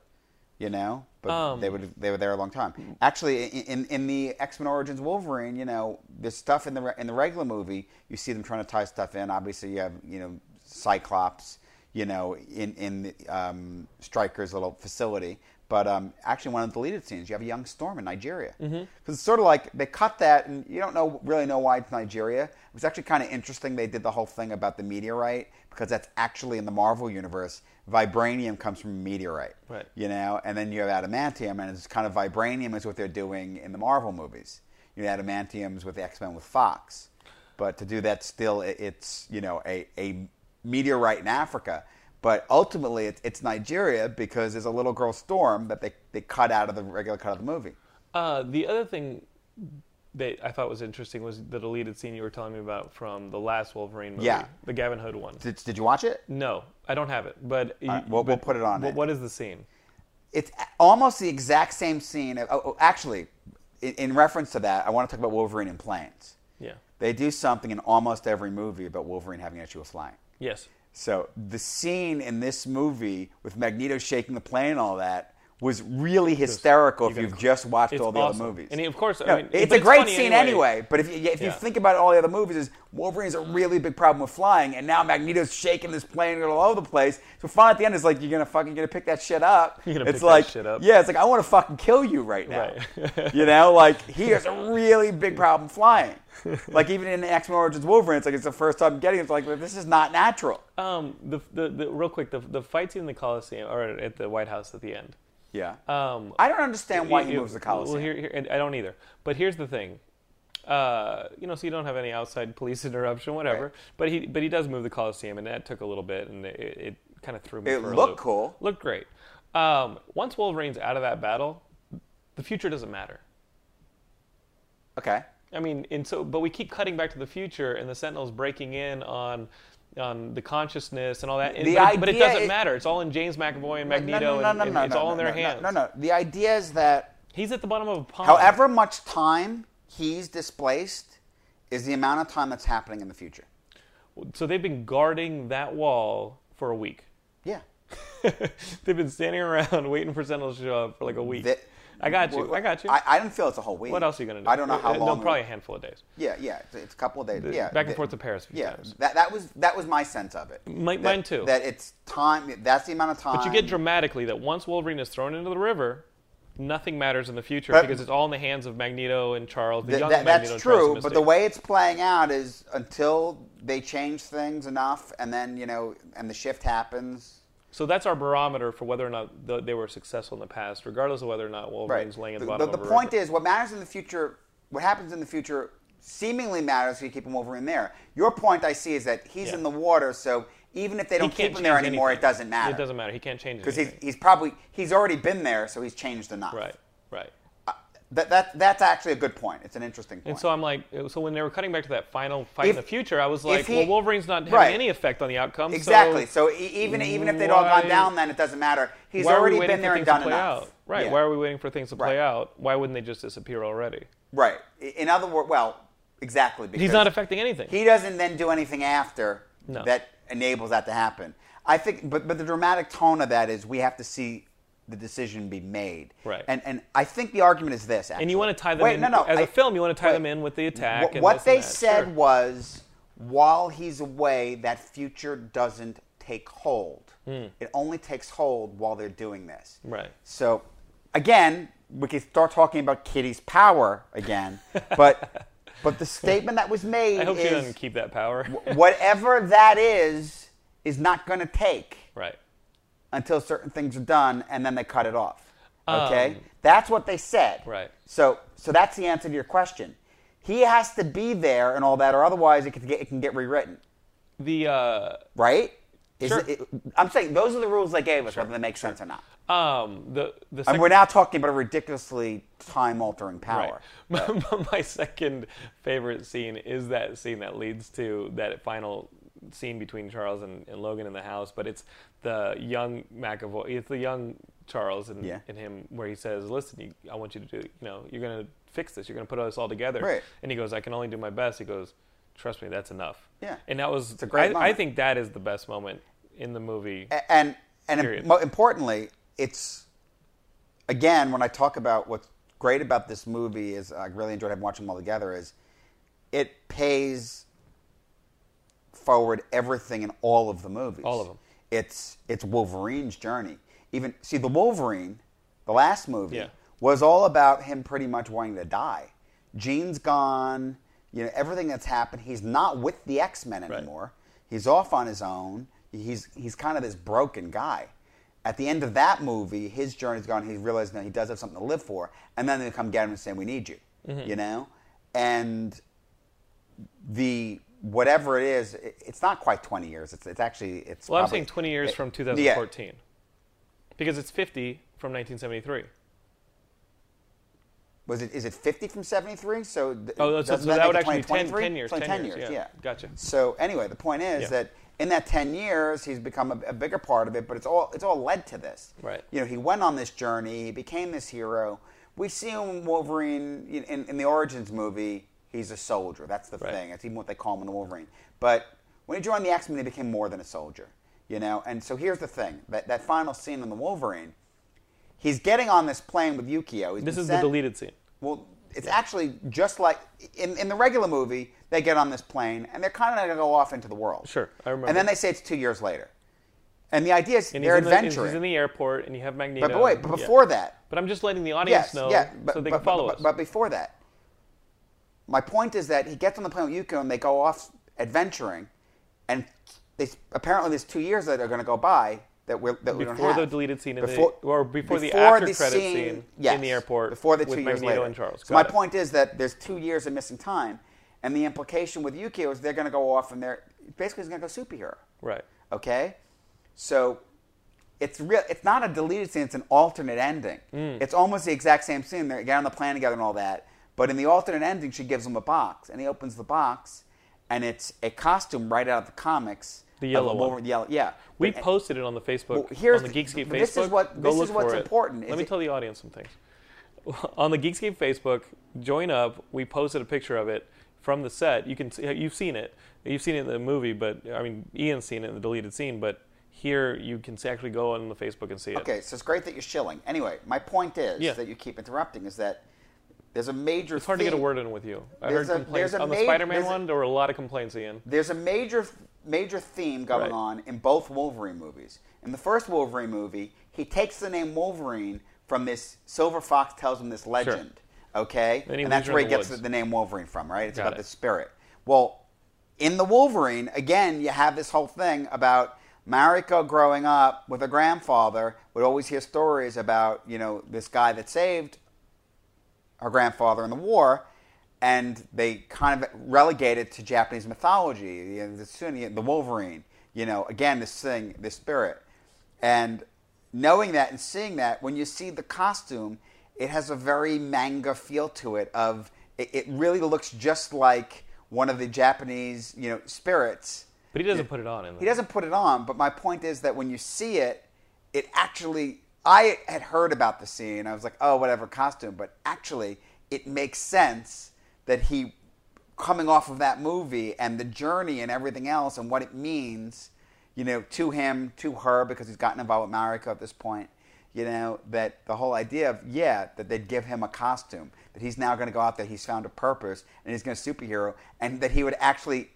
Speaker 3: You know, but
Speaker 2: Um,
Speaker 3: they would they were there a long time. Actually, i- in in the X Men Origins Wolverine, you know, there's stuff in the re- in the regular movie. You see them trying to tie stuff in. Obviously, you have you know Cyclops, you know, in in the, um, Striker's little facility. But um, actually, one of the deleted scenes, you have a young Storm in Nigeria because it's sort of like they cut that, and you don't know really know why it's Nigeria. It was actually kind of interesting. They did the whole thing about the meteorite because that's actually in the Marvel universe. Vibranium comes from a meteorite
Speaker 2: Right.
Speaker 3: you know, and then you have adamantium, and it's kind of vibranium is what they're doing in the Marvel movies. You know, adamantium's with the X Men with Fox, but to do that still, it, it's you know a, a meteorite in Africa, but ultimately it's, it's Nigeria because there's a little girl storm that they, they cut out of the regular cut of the movie.
Speaker 2: Uh, the other thing that I thought was interesting was the deleted scene you were telling me about from the last Wolverine movie,
Speaker 3: Yeah.
Speaker 2: the Gavin Hood one.
Speaker 3: Did, did you watch it?
Speaker 2: No, I don't have it, but you-
Speaker 3: right, we'll- we'll
Speaker 2: but
Speaker 3: put it on
Speaker 2: what-
Speaker 3: it.
Speaker 2: What is the scene?
Speaker 3: it's a- almost the exact same scene. Of, oh, oh, actually, in, in reference to that, I want to talk about Wolverine and planes.
Speaker 2: Yeah.
Speaker 3: They do something in almost every movie about Wolverine having an issue with flying.
Speaker 2: Yes.
Speaker 3: So the scene in this movie with Magneto shaking the plane and all that was really hysterical if
Speaker 2: you gotta
Speaker 3: you've
Speaker 2: cl-
Speaker 3: just watched
Speaker 2: it's
Speaker 3: all the
Speaker 2: awesome.
Speaker 3: other movies.
Speaker 2: And of course, I
Speaker 3: No,
Speaker 2: mean, but
Speaker 3: it's a
Speaker 2: it's
Speaker 3: great
Speaker 2: funny
Speaker 3: scene
Speaker 2: anyway.
Speaker 3: anyway. But if you, if you
Speaker 2: Yeah.
Speaker 3: think about all the other movies, is Wolverine's a really big problem with flying, and now Magneto's shaking this plane all over the place. So finally at the end, it's like you're gonna fucking gonna pick that shit up.
Speaker 2: You're gonna
Speaker 3: it's
Speaker 2: pick that
Speaker 3: like
Speaker 2: shit up.
Speaker 3: yeah, it's like I want to fucking kill you right now.
Speaker 2: Right.
Speaker 3: you know, like he has a really big problem flying. Like even in X Men Origins Wolverine, it's like it's the first time getting. It. It's like this is not natural.
Speaker 2: Um, the, the, the real quick, the the fight scene in the Coliseum or at the White House at the end.
Speaker 3: Yeah.
Speaker 2: Um,
Speaker 3: I don't understand why he
Speaker 2: you-
Speaker 3: moves the Coliseum.
Speaker 2: Well, here, here, and I don't either. But here's the thing. Uh, you know, so you don't have any outside police interruption, whatever.
Speaker 3: Right.
Speaker 2: But he, but he does move the Coliseum, and that took a little bit, and it, it kind of threw me.
Speaker 3: It
Speaker 2: for a
Speaker 3: looked
Speaker 2: loop.
Speaker 3: cool.
Speaker 2: Looked great. Um, once Wolverine's out of that battle, the future doesn't matter.
Speaker 3: okay.
Speaker 2: I mean, and so, but we keep cutting back to the future, and the Sentinels breaking in on on the consciousness and all that. And-
Speaker 3: The
Speaker 2: but, it, but it
Speaker 3: idea
Speaker 2: doesn't
Speaker 3: i-
Speaker 2: matter. It's all in James McAvoy and Magneto, and, and it's all in their
Speaker 3: no,
Speaker 2: hands.
Speaker 3: No, no. The idea is that
Speaker 2: He's at the bottom of a pond.
Speaker 3: however much time he's displaced is the amount of time that's happening in the future.
Speaker 2: so they've been guarding that wall for a week.
Speaker 3: Yeah.
Speaker 2: they've been standing around waiting for Sentinels to show up for like a week.
Speaker 3: That-
Speaker 2: I got you.
Speaker 3: Well,
Speaker 2: I got you.
Speaker 3: I, I didn't feel it's a whole week.
Speaker 2: what else are you gonna do?
Speaker 3: I don't know how
Speaker 2: Uh,
Speaker 3: long.
Speaker 2: No,
Speaker 3: it-
Speaker 2: probably a handful of days.
Speaker 3: Yeah, yeah. It's, it's a couple of days. Yeah.
Speaker 2: back and
Speaker 3: the-
Speaker 2: forth to Paris a few
Speaker 3: Yeah.
Speaker 2: times.
Speaker 3: That, that was that was my sense of it.
Speaker 2: Mi-
Speaker 3: That-
Speaker 2: mine too.
Speaker 3: That it's time. That's the amount of time.
Speaker 2: But you get dramatically that once Wolverine is thrown into the river, nothing matters in the future
Speaker 3: But-
Speaker 2: because it's all in the hands of Magneto and Charles. The
Speaker 3: Th-
Speaker 2: young
Speaker 3: that-
Speaker 2: Magneto
Speaker 3: that's
Speaker 2: and Charles
Speaker 3: true, but the
Speaker 2: Mystic.
Speaker 3: way it's playing out is until they change things enough, and then you know, and the shift happens.
Speaker 2: So that's our barometer for whether or not th- they were successful in the past, regardless of whether or not Wolverine's laying at the,
Speaker 3: The,
Speaker 2: bottom
Speaker 3: the-
Speaker 2: of
Speaker 3: the
Speaker 2: a
Speaker 3: point
Speaker 2: river.
Speaker 3: is, what matters in the future, what happens in the future, seemingly matters if you keep him over in there. Your point, I see, is that he's
Speaker 2: Yeah.
Speaker 3: in the water, so even if they don't keep
Speaker 2: can't
Speaker 3: him there
Speaker 2: change
Speaker 3: anymore,
Speaker 2: anything.
Speaker 3: it doesn't matter.
Speaker 2: It doesn't matter. He can't change
Speaker 3: because he's,
Speaker 2: anything.
Speaker 3: he's probably he's already been there, so he's changed enough.
Speaker 2: right, right.
Speaker 3: That, that that's actually a good point. It's an interesting point.
Speaker 2: And so I'm like, so when they were cutting back to that final fight in
Speaker 3: If-
Speaker 2: the future, I was
Speaker 3: if
Speaker 2: like,
Speaker 3: he-
Speaker 2: well, Wolverine's not having
Speaker 3: Right.
Speaker 2: any effect on the outcome.
Speaker 3: exactly.
Speaker 2: So,
Speaker 3: So, e even even if they'd all
Speaker 2: why-
Speaker 3: gone down, then it doesn't matter. He's
Speaker 2: why are
Speaker 3: already
Speaker 2: we waiting
Speaker 3: been
Speaker 2: for
Speaker 3: there and
Speaker 2: things
Speaker 3: done
Speaker 2: to play
Speaker 3: enough.
Speaker 2: out? Right.
Speaker 3: Yeah.
Speaker 2: Why are we waiting for things to play
Speaker 3: Right.
Speaker 2: out? Why wouldn't they just disappear already?
Speaker 3: Right. I- In other words, well, exactly. Because
Speaker 2: He's not affecting anything.
Speaker 3: He doesn't then do anything after
Speaker 2: No.
Speaker 3: that enables that to happen. I think, but but the dramatic tone of that is we have to see the decision be made.
Speaker 2: Right.
Speaker 3: And and I think the argument is this. Actually.
Speaker 2: And you want to tie them
Speaker 3: Wait,
Speaker 2: in
Speaker 3: no, no,
Speaker 2: as a
Speaker 3: I-
Speaker 2: film. You want to tie
Speaker 3: wait.
Speaker 2: them in with the attack.
Speaker 3: Wh-
Speaker 2: and
Speaker 3: what
Speaker 2: this
Speaker 3: they
Speaker 2: and that.
Speaker 3: said
Speaker 2: Sure.
Speaker 3: was, while he's away, that future doesn't take hold. It only takes hold while they're doing this.
Speaker 2: Hmm. Right.
Speaker 3: So, again, we could start talking about Kitty's power again, but but the statement that was made
Speaker 2: I hope
Speaker 3: is
Speaker 2: she doesn't keep that power.
Speaker 3: whatever that is is not going to take
Speaker 2: right.
Speaker 3: until certain things are done, and then they cut it off. Okay,
Speaker 2: Um,
Speaker 3: that's what they said.
Speaker 2: Right.
Speaker 3: So, so that's the answer to your question. He has to be there and all that, or otherwise it can get it can get rewritten.
Speaker 2: The uh,
Speaker 3: Right. Is
Speaker 2: Sure.
Speaker 3: it- I'm saying those are the rules they gave us, whether they make sense or not.
Speaker 2: um the the
Speaker 3: and
Speaker 2: second,
Speaker 3: we're now talking about a ridiculously time-altering
Speaker 2: right.
Speaker 3: power.
Speaker 2: My, my second favorite scene is that scene that leads to that final scene between Charles and, and Logan in the house, but it's the young McAvoy. It's the young Charles and,
Speaker 3: Yeah.
Speaker 2: and him where he says, "Listen, you, I want you to do. You know, you're gonna fix this. You're gonna put us all together."
Speaker 3: Right.
Speaker 2: And he goes, "I can only do my best." He goes, "Trust me, that's enough."
Speaker 3: Yeah.
Speaker 2: And that was
Speaker 3: a great
Speaker 2: I, I
Speaker 3: moment.
Speaker 2: think that is the best moment in the movie.
Speaker 3: A- and and
Speaker 2: Period.
Speaker 3: mo- importantly, it's again when I talk about what's great about this movie is I really enjoyed having watching them all together is it pays forward everything in all of the movies.
Speaker 2: All of them.
Speaker 3: It's it's Wolverine's journey. Even see the Wolverine, the last movie
Speaker 2: Yeah.
Speaker 3: was all about him pretty much wanting to die. Jean's gone. You know everything that's happened. He's not with the X Men anymore. He's off on his own. He's he's kind of this broken guy. At the end of that movie, his journey's gone. He's realized that he does have something to live for, and then they come get him and say, "We need you,"
Speaker 2: Mm-hmm.
Speaker 3: you know. And the whatever it is, it, it's not quite twenty years. It's it's actually it's.
Speaker 2: Well, I'm
Speaker 3: probably-
Speaker 2: saying 20 years
Speaker 3: it-
Speaker 2: from
Speaker 3: eh, yeah.
Speaker 2: 2014. Because it's 50 from 1973.
Speaker 3: Was it is it fifty from seventy three? So th-
Speaker 2: Oh, that's-
Speaker 3: doesn't
Speaker 2: so that
Speaker 3: make
Speaker 2: would
Speaker 3: it
Speaker 2: actually be 10
Speaker 3: 2023?
Speaker 2: 10 years,
Speaker 3: It's only
Speaker 2: 10
Speaker 3: 10
Speaker 2: years,
Speaker 3: years.
Speaker 2: yeah.
Speaker 3: Yeah.
Speaker 2: Gotcha.
Speaker 3: So anyway, the point is
Speaker 2: Yeah.
Speaker 3: that in that ten years, he's become a, a bigger part of it, but it's all it's all led to this.
Speaker 2: Right.
Speaker 3: You know, he went on this journey. He became this hero. We see him in Wolverine in, in, in the Origins movie. He's a soldier. That's the
Speaker 2: Right.
Speaker 3: thing. That's even what they call him in the Wolverine. But when he joined the X Men, he became more than a soldier. You know. And so here's the thing: that that final scene in the Wolverine. He's getting on this plane with Yukio. He's
Speaker 2: This
Speaker 3: been
Speaker 2: is the
Speaker 3: sent-
Speaker 2: deleted scene.
Speaker 3: well, it's actually just like in, in the regular movie, they get on this plane and they're kind of going to go off into the world.
Speaker 2: Sure, I remember.
Speaker 3: And then they say it's two years later. And the idea is
Speaker 2: And
Speaker 3: they're
Speaker 2: he's, in the, he's
Speaker 3: adventuring.
Speaker 2: in the airport, and you have Magneto.
Speaker 3: but, but wait, but
Speaker 2: yeah.
Speaker 3: before that,
Speaker 2: But I'm just letting the audience know
Speaker 3: yeah, but,
Speaker 2: so they
Speaker 3: but-
Speaker 2: can follow
Speaker 3: but-
Speaker 2: us.
Speaker 3: But before that, my point is that he gets on the plane with Yuko and they go off adventuring, and they, apparently there's two years that are going to go by that we that we don't
Speaker 2: Before the
Speaker 3: have.
Speaker 2: deleted scene in the- or before the after credit scene in
Speaker 3: yes,
Speaker 2: the airport
Speaker 3: before the two
Speaker 2: with
Speaker 3: years
Speaker 2: Magneto
Speaker 3: later.
Speaker 2: and Charles.
Speaker 3: So my
Speaker 2: Got it.
Speaker 3: point is that there's two years of missing time, and the implication with Yukio is they're going to go off and they're basically he's going to go superhero
Speaker 2: right.
Speaker 3: okay so it's real it's not a deleted scene it's an alternate ending
Speaker 2: Mm.
Speaker 3: it's almost the exact same scene they get on the plane together and all that but in the alternate ending she gives him a box and he opens the box and it's a costume right out of the comics
Speaker 2: The
Speaker 3: of
Speaker 2: yellow
Speaker 3: a
Speaker 2: one.
Speaker 3: Wolverine- yellow- yeah
Speaker 2: We
Speaker 3: But- uh,
Speaker 2: posted it on the Facebook,
Speaker 3: Well, here's
Speaker 2: on the
Speaker 3: the-
Speaker 2: Geekscape Facebook.
Speaker 3: but this is what-
Speaker 2: Go
Speaker 3: this
Speaker 2: look
Speaker 3: is what's
Speaker 2: for it.
Speaker 3: important, is
Speaker 2: Let me
Speaker 3: it-
Speaker 2: tell the audience some things. on the Geekscape Facebook, join up. We posted a picture of it from the set. You can see, you've seen it. You've seen it in the movie, but I mean, Ian's seen it in the deleted scene, but here you can see- actually go on the Facebook and see it.
Speaker 3: okay so it's great that you're shilling anyway my point is
Speaker 2: Yeah.
Speaker 3: that you keep interrupting is that there's a major
Speaker 2: It's hard to get a
Speaker 3: theme-
Speaker 2: word in with you. I
Speaker 3: There's
Speaker 2: heard
Speaker 3: a-
Speaker 2: complaints
Speaker 3: there's a
Speaker 2: on the
Speaker 3: ma-
Speaker 2: Spider-Man
Speaker 3: there's a-
Speaker 2: one. There were a lot of complaints, Ian.
Speaker 3: there's a major major theme going
Speaker 2: Mm-hmm. Right.
Speaker 3: on in both Wolverine movies. In the first Wolverine movie, he takes the name Wolverine from this Silver Fox tells him this legend. Okay?
Speaker 2: Then he leaves
Speaker 3: and that's
Speaker 2: her
Speaker 3: where
Speaker 2: in
Speaker 3: he
Speaker 2: the
Speaker 3: gets
Speaker 2: woods.
Speaker 3: the name Wolverine from, right? It's
Speaker 2: Got
Speaker 3: about
Speaker 2: it.
Speaker 3: the spirit. Well, in the Wolverine, again, you have this whole thing about Mariko growing up with her grandfather would always hear stories about, you know, this guy that saved her grandfather in the war, and they kind of relegated to Japanese mythology, you know, the Sunni, the Wolverine, you know, again, this thing, this spirit. And knowing that and seeing that, when you see the costume, it has a very manga feel to it. Of it, it really looks just like one of the Japanese, you know, spirits.
Speaker 2: But he doesn't put it on. In
Speaker 3: He doesn't put it on, but my point is that when you see it, it actually. I had heard about the scene. I was like, oh, whatever costume. But actually, it makes sense that he, coming off of that movie and the journey and everything else and what it means, you know, to him, to her, because he's gotten involved with Mariko at this point, you know, that the whole idea of, yeah, that they'd give him a costume, that he's now going to go out there, he's found a purpose, and he's going to superhero, and that he would actually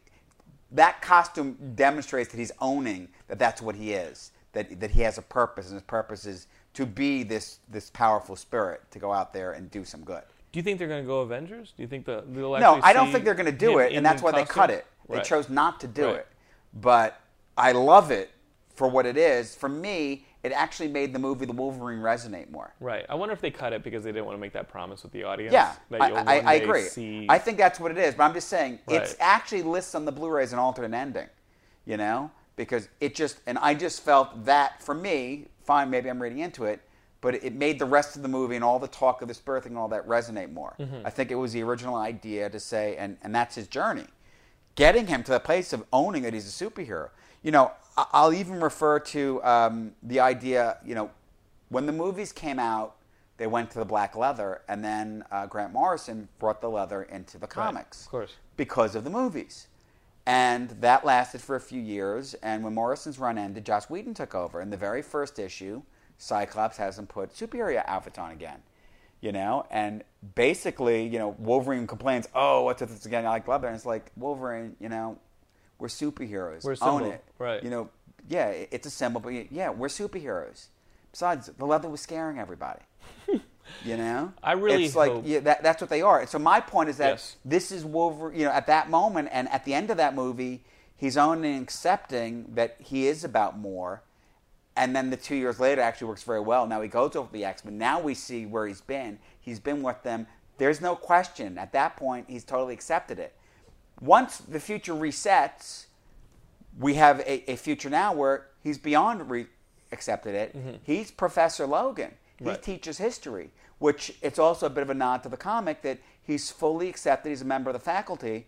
Speaker 3: that costume demonstrates that he's owning that that's what he is that that he has a purpose and his purpose is to be this this powerful spirit to go out there and do some good
Speaker 2: Do you think they're going to go Avengers? Do you think the they'll
Speaker 3: no
Speaker 2: actually
Speaker 3: i don't
Speaker 2: see
Speaker 3: think they're going to do
Speaker 2: him
Speaker 3: it
Speaker 2: in
Speaker 3: and that's
Speaker 2: the
Speaker 3: why they cut
Speaker 2: costume?
Speaker 3: it they
Speaker 2: Right.
Speaker 3: chose not to do
Speaker 2: Right.
Speaker 3: it but i love it for what it is for me it actually made the movie the wolverine resonate more
Speaker 2: Right. I wonder if they cut it because they didn't want to make that promise with the audience.
Speaker 3: yeah,
Speaker 2: that
Speaker 3: I,
Speaker 2: you'll
Speaker 3: I,
Speaker 2: one
Speaker 3: I
Speaker 2: day
Speaker 3: agree.
Speaker 2: See...
Speaker 3: I think that's what it is, but I'm just saying it's
Speaker 2: Right.
Speaker 3: actually lists on the Blu-rays an alternate ending, you know, because it just and I just felt that for me, fine, maybe I'm reading into it, but it made the rest of the movie and all the talk of the spirit thing and all that resonate more.
Speaker 2: Mm-hmm.
Speaker 3: I think it was the original idea to say, and and that's his journey, getting him to the place of owning that he's a superhero. You know, I- I'll even refer to um, the idea, you know, when the movies came out, they went to the black leather, and then uh, Grant Morrison brought the leather into the comics.
Speaker 2: of course.
Speaker 3: Because of the movies. And that lasted for a few years, and when Morrison's run ended, Joss Whedon took over. In the very first issue, Cyclops has him put superior outfits on again. You know, and basically, you know, Wolverine complains, "Oh, what's with this again? I like leather." And it's like, Wolverine, you know, we're superheroes.
Speaker 2: We're a
Speaker 3: Own
Speaker 2: symbol,
Speaker 3: it,
Speaker 2: right.
Speaker 3: You know, yeah, it- it's a symbol, but yeah, we're superheroes. Besides, the leather was scaring everybody. You know,
Speaker 2: I really
Speaker 3: it's like
Speaker 2: hope-
Speaker 3: yeah, that, that's what they are. And so my point is that
Speaker 2: Yes.
Speaker 3: this is Wolverine. You know, at that moment and at the end of that movie, he's owning and accepting that he is about more. And then the two years later actually works very well. Now he goes over the X Men. Now we see where he's been. He's been with them. There's no question at that point. He's totally accepted it. Once the future resets, we have a, a future now where he's beyond re- accepted it. He's Professor Logan. He
Speaker 2: Mm-hmm. Right.
Speaker 3: teaches history, which it's also a bit of a nod to the comic that he's fully accepted. He's a member of the faculty.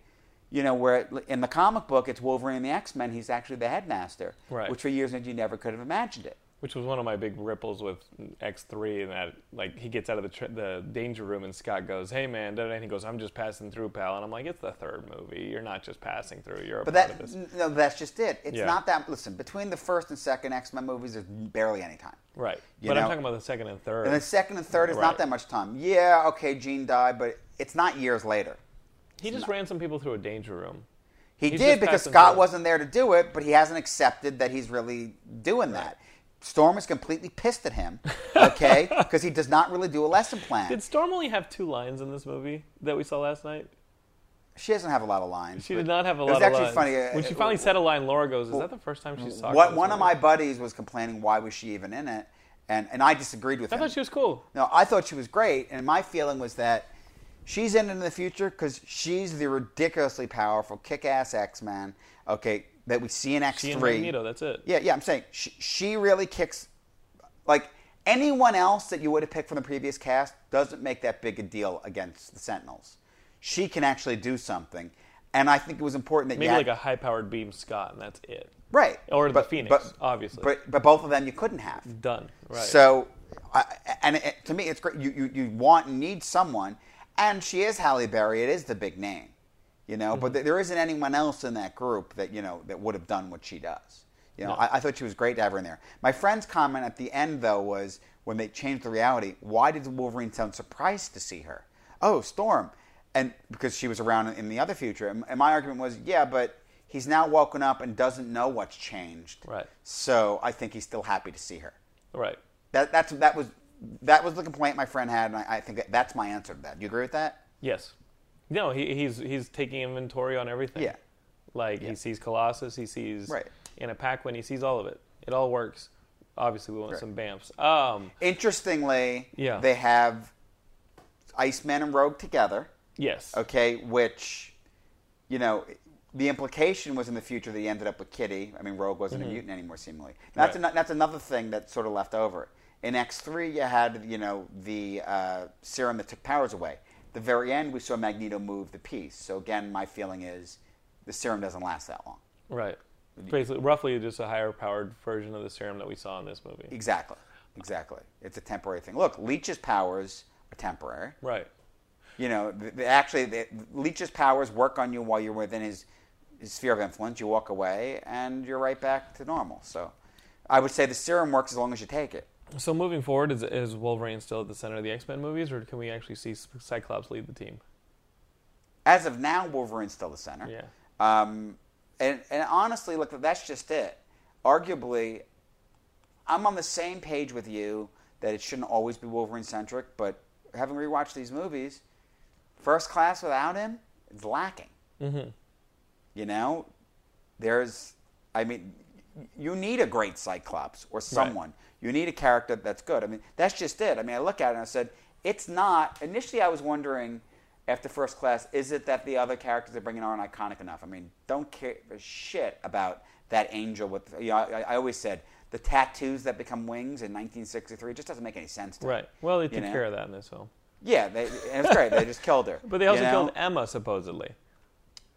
Speaker 3: You know, where it, in the comic book it's Wolverine and the X Men. He's actually the headmaster,
Speaker 2: Right.
Speaker 3: which for years and you never could have imagined it.
Speaker 2: which was one of my big ripples with X three, and that like he gets out of the tr the danger room, and Scott goes, "Hey man," da- da- and he goes, "I'm just passing through, pal," and I'm like, "It's the third movie. You're not just passing through. You're a
Speaker 3: But
Speaker 2: part
Speaker 3: that
Speaker 2: of this."
Speaker 3: no, that's just it. It's
Speaker 2: Yeah.
Speaker 3: not that. Listen, between the first and second X Men movies, there's barely any time.
Speaker 2: Right.
Speaker 3: You
Speaker 2: But I'm
Speaker 3: know-
Speaker 2: talking about the second and third.
Speaker 3: And the second and third is
Speaker 2: Right.
Speaker 3: not that much time. Yeah, okay, Gene died, but it's not years later.
Speaker 2: he just ran some people through a danger room.
Speaker 3: He
Speaker 2: He's
Speaker 3: did
Speaker 2: just
Speaker 3: because
Speaker 2: passing
Speaker 3: Scott
Speaker 2: through.
Speaker 3: wasn't there to do it, but he hasn't accepted that he's really doing that. Storm is completely pissed at him, okay, because he does not really do a lesson plan.
Speaker 2: Did Storm only have two lines in this movie that we saw last night?
Speaker 3: she doesn't have a lot of lines.
Speaker 2: She
Speaker 3: but
Speaker 2: did not have a
Speaker 3: it
Speaker 2: lot
Speaker 3: was
Speaker 2: of
Speaker 3: actually
Speaker 2: lines.
Speaker 3: funny. uh,
Speaker 2: when she
Speaker 3: uh,
Speaker 2: finally said a line, Laura goes, "Is that the first time she's saw?"
Speaker 3: what, one of my buddies was complaining, why was she even in it? And, and I disagreed with
Speaker 2: I
Speaker 3: him.
Speaker 2: thought she was cool.
Speaker 3: No, I thought she was great, and my feeling was that she's in it in the future because she's the ridiculously powerful, kick-ass X-Man. Okay, that we see in X
Speaker 2: She and
Speaker 3: three.
Speaker 2: Magneto. That's it.
Speaker 3: Yeah, yeah. I'm saying she, she really kicks. Like anyone else that you would have picked from the previous cast doesn't make that big a deal against the Sentinels. She can actually do something, and I think it was important that
Speaker 2: Maybe
Speaker 3: you had-
Speaker 2: like a high-powered beam Scott, and that's it.
Speaker 3: right
Speaker 2: or the
Speaker 3: but-
Speaker 2: Phoenix,
Speaker 3: but-
Speaker 2: obviously.
Speaker 3: But but both of them you couldn't have.
Speaker 2: Done. Right.
Speaker 3: So, I, and it, to me, it's great. You, you you want and need someone, and she is Halle Berry. It is the big name, you know.
Speaker 2: Mm-hmm.
Speaker 3: But there isn't anyone else in that group that you know that would have done what she does. You know,
Speaker 2: No.
Speaker 3: I, I thought she was great to have her in there. My friend's comment at the end though was when they changed the reality. Why did Wolverine sound surprised to see her? Oh, Storm, and because she was around in the other future. And, and my argument was, yeah, but he's now woken up and doesn't know what's changed.
Speaker 2: Right.
Speaker 3: So I think he's still happy to see her.
Speaker 2: right.
Speaker 3: That that's that was that was the complaint my friend had, and I, I think that, that's my answer to that. Do you agree with that?
Speaker 2: Yes. No, he, he's he's taking inventory on everything.
Speaker 3: Yeah.
Speaker 2: Like he sees Colossus, he sees
Speaker 3: Right.
Speaker 2: Anna Paquin, he sees all of it. It all works. Obviously, we want
Speaker 3: Right.
Speaker 2: some BAMFs. Um,
Speaker 3: Interestingly,
Speaker 2: Yeah.
Speaker 3: they have Iceman and Rogue together.
Speaker 2: yes.
Speaker 3: Okay, which you know the implication was in the future that he ended up with Kitty. I mean, Rogue wasn't a mutant anymore, seemingly. That's
Speaker 2: Mm-hmm. Right.
Speaker 3: ano- that's another thing that's sort of left over. In X three, you had you know the uh, serum that took powers away. The very end, we saw Magneto move the piece. So again, my feeling is the serum doesn't last that long.
Speaker 2: Right. Basically, roughly just a higher powered version of the serum that we saw in this movie.
Speaker 3: Exactly, exactly. It's a temporary thing. Look, Leech's powers are temporary.
Speaker 2: Right.
Speaker 3: You know, th th- actually, the, Leech's powers work on you while you're within his, his sphere of influence. You walk away, and you're right back to normal. So, I would say the serum works as long as you take it.
Speaker 2: So moving forward, is, is Wolverine still at the center of the X Men movies, or can we actually see Cyclops lead the team?
Speaker 3: As of now, Wolverine's still the center.
Speaker 2: Yeah.
Speaker 3: Um, and, and honestly, look, that's just it. Arguably, I'm on the same page with you that it shouldn't always be Wolverine centric, but having rewatched these movies, First Class without him is lacking. Mm-hmm. You know, there's, I mean, you need a great Cyclops or someone. You need a character that's good. I mean, that's just it. I mean, I look at it and I said, it's not. Initially, I was wondering after First Class, is it that the other characters they're bringing aren't iconic enough? I mean, don't care a shit about that angel with. You know, I, I always said the tattoos that become wings in 1963 it just doesn't make any sense to me.
Speaker 2: Right. Well, they
Speaker 3: You
Speaker 2: took
Speaker 3: know?
Speaker 2: care of that in this film.
Speaker 3: Yeah, they, and it's great. they just killed her.
Speaker 2: But they
Speaker 3: you
Speaker 2: also
Speaker 3: know?
Speaker 2: killed Emma, supposedly.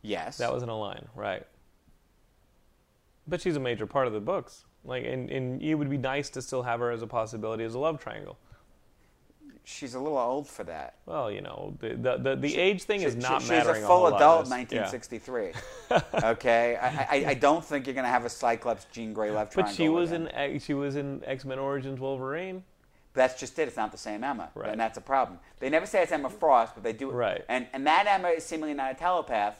Speaker 3: Yes,
Speaker 2: That wasn't a line, right? But she's a major part of the books. Like, and, and it would be nice to still have her as a possibility as a love triangle.
Speaker 3: she's a little old for that.
Speaker 2: Well, you know, the the, the, the age thing is
Speaker 3: She-
Speaker 2: not
Speaker 3: she-
Speaker 2: mattering.
Speaker 3: She's a full
Speaker 2: whole lot in
Speaker 3: adult,
Speaker 2: this. Yeah.
Speaker 3: 1963. okay, I, I, I don't think you're going to have a Cyclops Jean Grey love
Speaker 2: But
Speaker 3: triangle.
Speaker 2: she was
Speaker 3: again.
Speaker 2: in X- she was in X Men Origins Wolverine.
Speaker 3: That's just it. It's not the same Emma,
Speaker 2: Right.
Speaker 3: and that's a problem. They never say it's Emma Frost, but they do.
Speaker 2: Right.
Speaker 3: And and that Emma is seemingly not a telepath,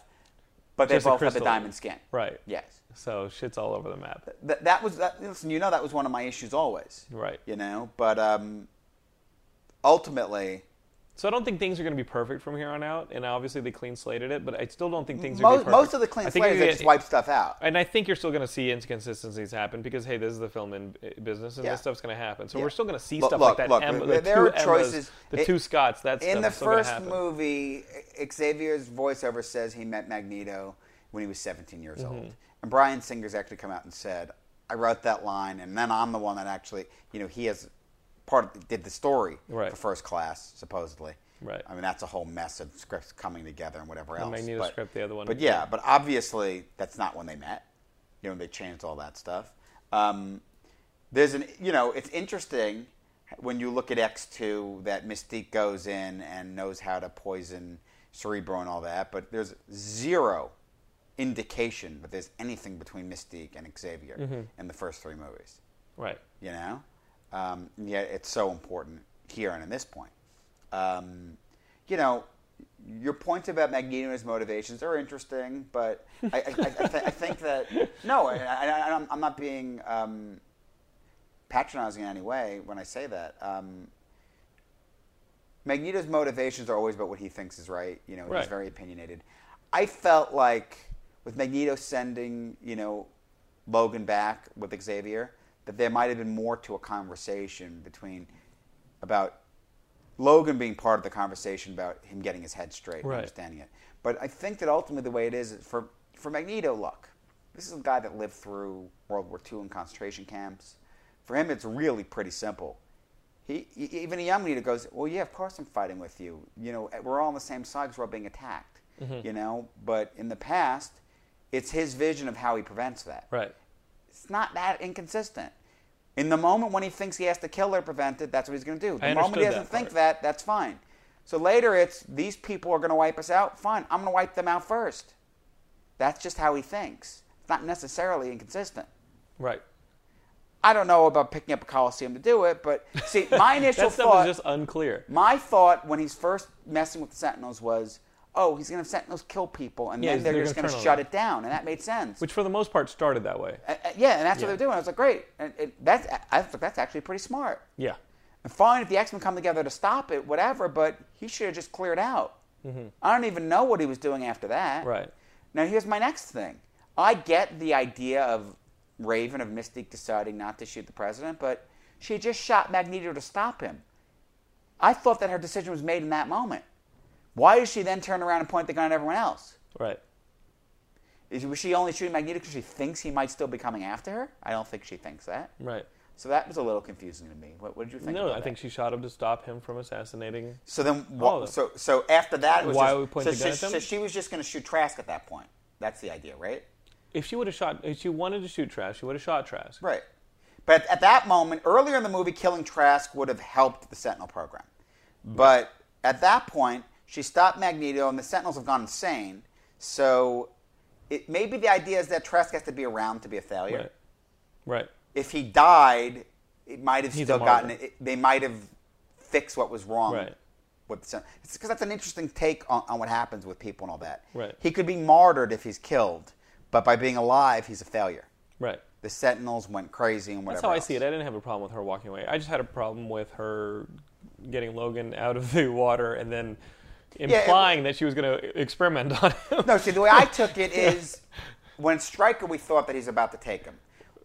Speaker 3: but they
Speaker 2: Just a
Speaker 3: both have the
Speaker 2: crystal.
Speaker 3: diamond skin.
Speaker 2: Right.
Speaker 3: Yes.
Speaker 2: So shit's all over the map.
Speaker 3: Th- that was that, listen, you know that was one of my issues always.
Speaker 2: Right.
Speaker 3: You know, but um, ultimately,
Speaker 2: So I don't think things are going to be perfect from here on out. And obviously they clean slated it, but I still don't think things are. going to
Speaker 3: most,
Speaker 2: be
Speaker 3: most
Speaker 2: perfect.
Speaker 3: of the clean
Speaker 2: I think you're
Speaker 3: slates they
Speaker 2: gonna-
Speaker 3: just wipe stuff out.
Speaker 2: And I think you're still going to see inconsistencies happen because hey, this is the film in business, and
Speaker 3: Yeah.
Speaker 2: this stuff's going to happen. So
Speaker 3: Yeah.
Speaker 2: we're still going to see
Speaker 3: Look-
Speaker 2: stuff
Speaker 3: look-
Speaker 2: like that.
Speaker 3: look,
Speaker 2: Emma,
Speaker 3: there-
Speaker 2: the
Speaker 3: there
Speaker 2: two
Speaker 3: are
Speaker 2: Emmas,
Speaker 3: choices.
Speaker 2: the
Speaker 3: It-
Speaker 2: two Scots. That's
Speaker 3: In the
Speaker 2: that's still gonna
Speaker 3: first
Speaker 2: happen.
Speaker 3: movie, Xavier's voiceover says he met Magneto when he was 17 years
Speaker 2: Mm-hmm.
Speaker 3: old, and Brian Singer's actually come out and said, "I wrote that line, and then I'm the one that actually, you know, he has part of, did the story
Speaker 2: Right.
Speaker 3: for First Class, supposedly."
Speaker 2: Right.
Speaker 3: I mean, that's a whole mess of scripts coming together and whatever else.
Speaker 2: Magneto
Speaker 3: but-
Speaker 2: script, the other one.
Speaker 3: But yeah, but obviously that's not when they met. You know, they changed all that stuff. Um, there's an, you know, it's interesting when you look at X2 that Mystique goes in and knows how to poison Cerebro and all that, but there's zero indication that there's anything between Mystique and Xavier
Speaker 2: Mm-hmm.
Speaker 3: in the first three movies
Speaker 2: right?
Speaker 3: you know um, and yet it's so important here and in this point um, you know your points about Magneto and his motivations are interesting but I, I, I, th- I think that no I, I, I'm- I'm not being um, patronizing in any way when I say that um, Magneto's motivations are always about what he thinks is right you know
Speaker 2: Right.
Speaker 3: he's very opinionated I felt like with Magneto sending you know Logan back with Xavier, that there might have been more to a conversation between about Logan being part of the conversation about him getting his head straight and
Speaker 2: Right.
Speaker 3: understanding it. But I think that ultimately the way it is is for for Magneto, look, this is a guy that lived through World War II and concentration camps. For him, it's really pretty simple. He, e- even a young leader goes, well, yeah, of course I'm fighting with you. You know, eh, we're all on the same side 'cause we're all being attacked. You know, but in the past, it's his vision of how he prevents that
Speaker 2: Right.
Speaker 3: it's not that inconsistent. In the moment when he thinks he has to kill or prevent it, that's what he's going to do. The
Speaker 2: I
Speaker 3: moment
Speaker 2: understood
Speaker 3: he doesn't
Speaker 2: that
Speaker 3: think
Speaker 2: part.
Speaker 3: that, that's fine. So later it's these people are going to wipe us out. Fine, I'm going to wipe them out first. That's just how he thinks. It's not necessarily inconsistent.
Speaker 2: Right.
Speaker 3: I don't know about picking up a coliseum to do it, but see, my initial
Speaker 2: That stuff
Speaker 3: thought
Speaker 2: is just unclear.
Speaker 3: my thought when he's first messing with the Sentinels was, oh, he's going to have Sentinels kill people, and
Speaker 2: Yeah,
Speaker 3: then they're,
Speaker 2: they're
Speaker 3: just
Speaker 2: gonna
Speaker 3: going
Speaker 2: turn
Speaker 3: to
Speaker 2: on
Speaker 3: shut
Speaker 2: them.
Speaker 3: it down, and that made sense.
Speaker 2: Which, for the most part, started that way.
Speaker 3: Uh, uh, yeah, and that's
Speaker 2: Yeah.
Speaker 3: what they're doing. I was like, great. And it, that's I was like, that's actually pretty smart.
Speaker 2: Yeah.
Speaker 3: And fine if the X Men come together to stop it, whatever. But he should have just cleared out. I don't even know what he was doing after that.
Speaker 2: Mm-hmm. Right.
Speaker 3: Now here's my next thing. I get the idea of Raven of Mystique deciding not to shoot the president, but she just shot Magneto to stop him. I thought that her decision was made in that moment. Why does she then turn around and point the gun at everyone else?
Speaker 2: Right.
Speaker 3: Is, was she only shooting Magneto because she thinks he might still be coming after her? I don't think she thinks that.
Speaker 2: Right.
Speaker 3: So that was a little confusing to me. What, what did you think?
Speaker 2: No,
Speaker 3: about
Speaker 2: I
Speaker 3: that?
Speaker 2: think she shot him to stop him from assassinating.
Speaker 3: So then,
Speaker 2: All
Speaker 3: wha-
Speaker 2: of
Speaker 3: so so after that, it was
Speaker 2: Why
Speaker 3: just,
Speaker 2: are we
Speaker 3: so,
Speaker 2: pointing the
Speaker 3: so,
Speaker 2: gun at
Speaker 3: so
Speaker 2: them?
Speaker 3: she was just going to shoot Trask at that point. That's the idea, right?
Speaker 2: If she would have shot, if she wanted to shoot Trask, she would have shot Trask.
Speaker 3: Right. But at that moment, earlier in the movie, killing Trask would have helped the Sentinel program. But at that point, she stopped Magneto, and the Sentinels have gone insane. So it maybe the idea is that Trask has to be around to be a failure.
Speaker 2: Right. Right.
Speaker 3: If he died, it might have
Speaker 2: He's
Speaker 3: still
Speaker 2: a
Speaker 3: gotten
Speaker 2: martyr.
Speaker 3: it. They might have fixed what was wrong.
Speaker 2: Right.
Speaker 3: With the Sentinel. It's because that's an interesting take on, on what happens with people and all that.
Speaker 2: Right.
Speaker 3: He could be martyred if he's killed, but by being alive, he's a failure.
Speaker 2: Right.
Speaker 3: The Sentinels went crazy and whatever.
Speaker 2: That's how I
Speaker 3: else.
Speaker 2: see it. I didn't have a problem with her walking away. I just had a problem with her getting Logan out of the water and then
Speaker 3: it-
Speaker 2: implying that she was going to experiment on him.
Speaker 3: No, see, the way I took it is when Stryker, we thought that he's about to take him.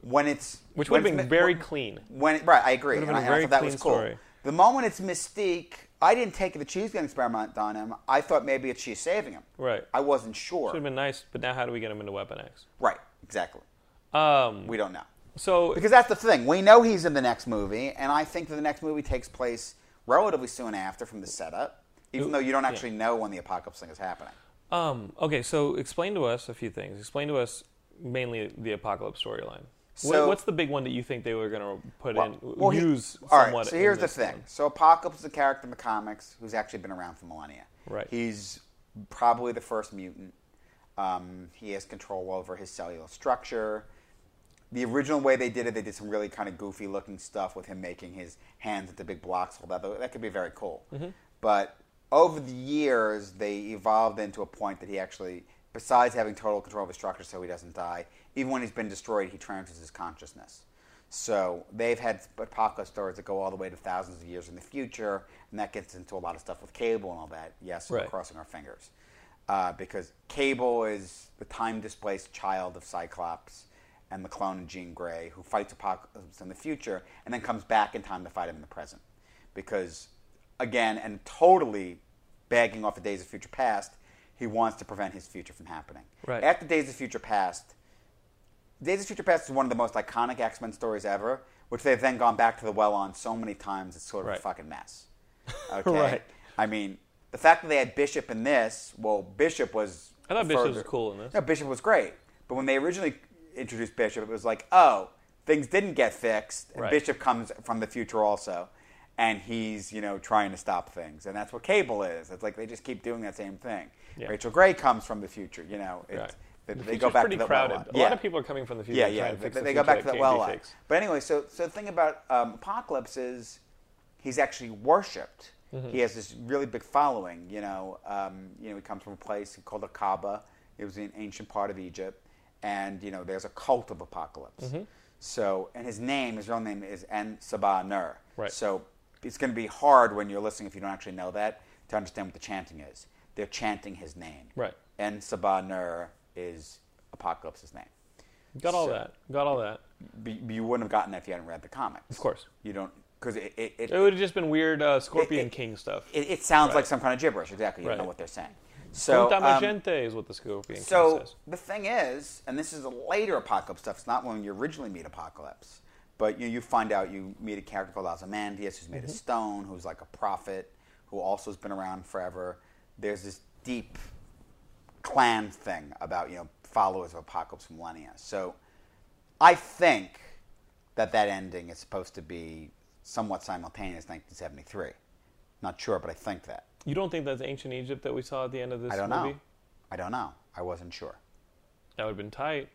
Speaker 3: When it's
Speaker 2: Which
Speaker 3: when
Speaker 2: would have
Speaker 3: it's
Speaker 2: been
Speaker 3: mi-
Speaker 2: very
Speaker 3: when-
Speaker 2: clean.
Speaker 3: When it- right, I agree.
Speaker 2: Would've
Speaker 3: and I,
Speaker 2: been a
Speaker 3: and I
Speaker 2: very
Speaker 3: thought that
Speaker 2: clean
Speaker 3: was cool.
Speaker 2: story.
Speaker 3: The moment it's Mystique, I didn't take it that she's going to experiment on him. I thought maybe it's she's saving him.
Speaker 2: Right.
Speaker 3: I wasn't sure.
Speaker 2: Would have been nice, but now how do we get him into Weapon X?
Speaker 3: Right, exactly.
Speaker 2: Um,
Speaker 3: We don't know.
Speaker 2: so
Speaker 3: Because that's the thing. We know he's in the next movie, and I think that the next movie takes place relatively soon after from the setup, even though you don't actually know when the apocalypse thing is happening.
Speaker 2: Um, okay, so explain to us a few things. Explain to us mainly the apocalypse storyline.
Speaker 3: So-
Speaker 2: what, what's the big one that you think they were going to put in,
Speaker 3: he-
Speaker 2: use
Speaker 3: all right,
Speaker 2: somewhat?
Speaker 3: so
Speaker 2: in
Speaker 3: here's the
Speaker 2: this
Speaker 3: thing.
Speaker 2: one?
Speaker 3: So Apocalypse is a character in the comics who's actually been around for millennia.
Speaker 2: Right.
Speaker 3: He's probably the first mutant. Um, he has control over his cellular structure. The original way they did it, they did some really kind of goofy looking stuff with him making his hands into big blocks. All that that could be very cool. But over the years, they evolved into a point that he actually, besides having total control of his structure, so he doesn't die. Even when he's been destroyed, he transfers his consciousness. So they've had apocalypse stories that go all the way to thousands of years in the future, and that gets into a lot of stuff with cable and all that. Yes, we're
Speaker 2: Right.
Speaker 3: crossing our fingers uh, because Cable is the time displaced child of Cyclops and the clone of Jean Grey, who fights apocalypse in the future and then comes back in time to fight him in the present. Because again, and totally bagging off the Days of Future Past, he wants to prevent his future from happening.
Speaker 2: Right.
Speaker 3: After Days of Future Past, Days of Future Past is one of the most iconic X Men stories ever, which they've then gone back to the well on so many times, it's sort of a
Speaker 2: Right.
Speaker 3: fucking mess. Okay.
Speaker 2: Right.
Speaker 3: I mean, the fact that they had Bishop in this, well, Bishop was.
Speaker 2: I thought Bishop was
Speaker 3: further-
Speaker 2: cool in this.
Speaker 3: No, Bishop was great. But when they originally introduced Bishop, it was like, oh, things didn't get fixed. and
Speaker 2: Right.
Speaker 3: Bishop comes from the future also, and he's, you know, trying to stop things. And that's what Cable is. It's like they just keep doing that same thing.
Speaker 2: Yeah.
Speaker 3: Rachel Gray comes from the future, you know. It's,
Speaker 2: Right.
Speaker 3: They,
Speaker 2: The
Speaker 3: they
Speaker 2: future's
Speaker 3: go back
Speaker 2: pretty
Speaker 3: to the
Speaker 2: crowded.
Speaker 3: well.
Speaker 2: A lot of people are coming from the future
Speaker 3: Yeah,
Speaker 2: to try
Speaker 3: yeah.
Speaker 2: and
Speaker 3: They,
Speaker 2: fix the
Speaker 3: they go back to
Speaker 2: future
Speaker 3: that
Speaker 2: that can't
Speaker 3: well.
Speaker 2: be
Speaker 3: lot.
Speaker 2: fixed.
Speaker 3: But anyway, so so the thing about um, Apocalypse is he's actually worshipped.
Speaker 2: Mm-hmm.
Speaker 3: He has this really big following. You know, um, you know, he comes from a place called the Kaaba. It was an ancient part of Egypt, and you know, there's a cult of Apocalypse.
Speaker 2: Mm-hmm.
Speaker 3: So, and his name, his real name is N Sabah Nur.
Speaker 2: Right.
Speaker 3: So, it's going to be hard when you're listening if you don't actually know that to understand what the chanting is. They're chanting his name.
Speaker 2: Right.
Speaker 3: N Sabah Nur is Apocalypse's name
Speaker 2: Got all
Speaker 3: So-
Speaker 2: that. Got all that.
Speaker 3: but you wouldn't have gotten that if you hadn't read the comics. Of
Speaker 2: course.
Speaker 3: You don't, because it, it, it,
Speaker 2: It would have just been weird uh, Scorpion
Speaker 3: it-
Speaker 2: King stuff.
Speaker 3: it, it sounds like some kind of gibberish. Exactly. You don't know
Speaker 2: Right.
Speaker 3: what they're saying. So, um,
Speaker 2: gente is what the Scorpion King
Speaker 3: so
Speaker 2: says.
Speaker 3: the thing is, and this is a later apocalypse stuff. It's not when you originally meet apocalypse, but you, you find out you meet a character called Ozymandias, who's made
Speaker 2: Mm-hmm.
Speaker 3: of stone, who's like a prophet, who also has been around forever. There's this deep clan thing about you know followers of apocalypse for millennia. So I think that that ending is supposed to be somewhat simultaneous 1973. Not sure, but I think that.
Speaker 2: You don't think that's ancient Egypt that we saw at the end of this
Speaker 3: I don't
Speaker 2: movie?
Speaker 3: know. I don't know. I wasn't sure.
Speaker 2: That would have been tight.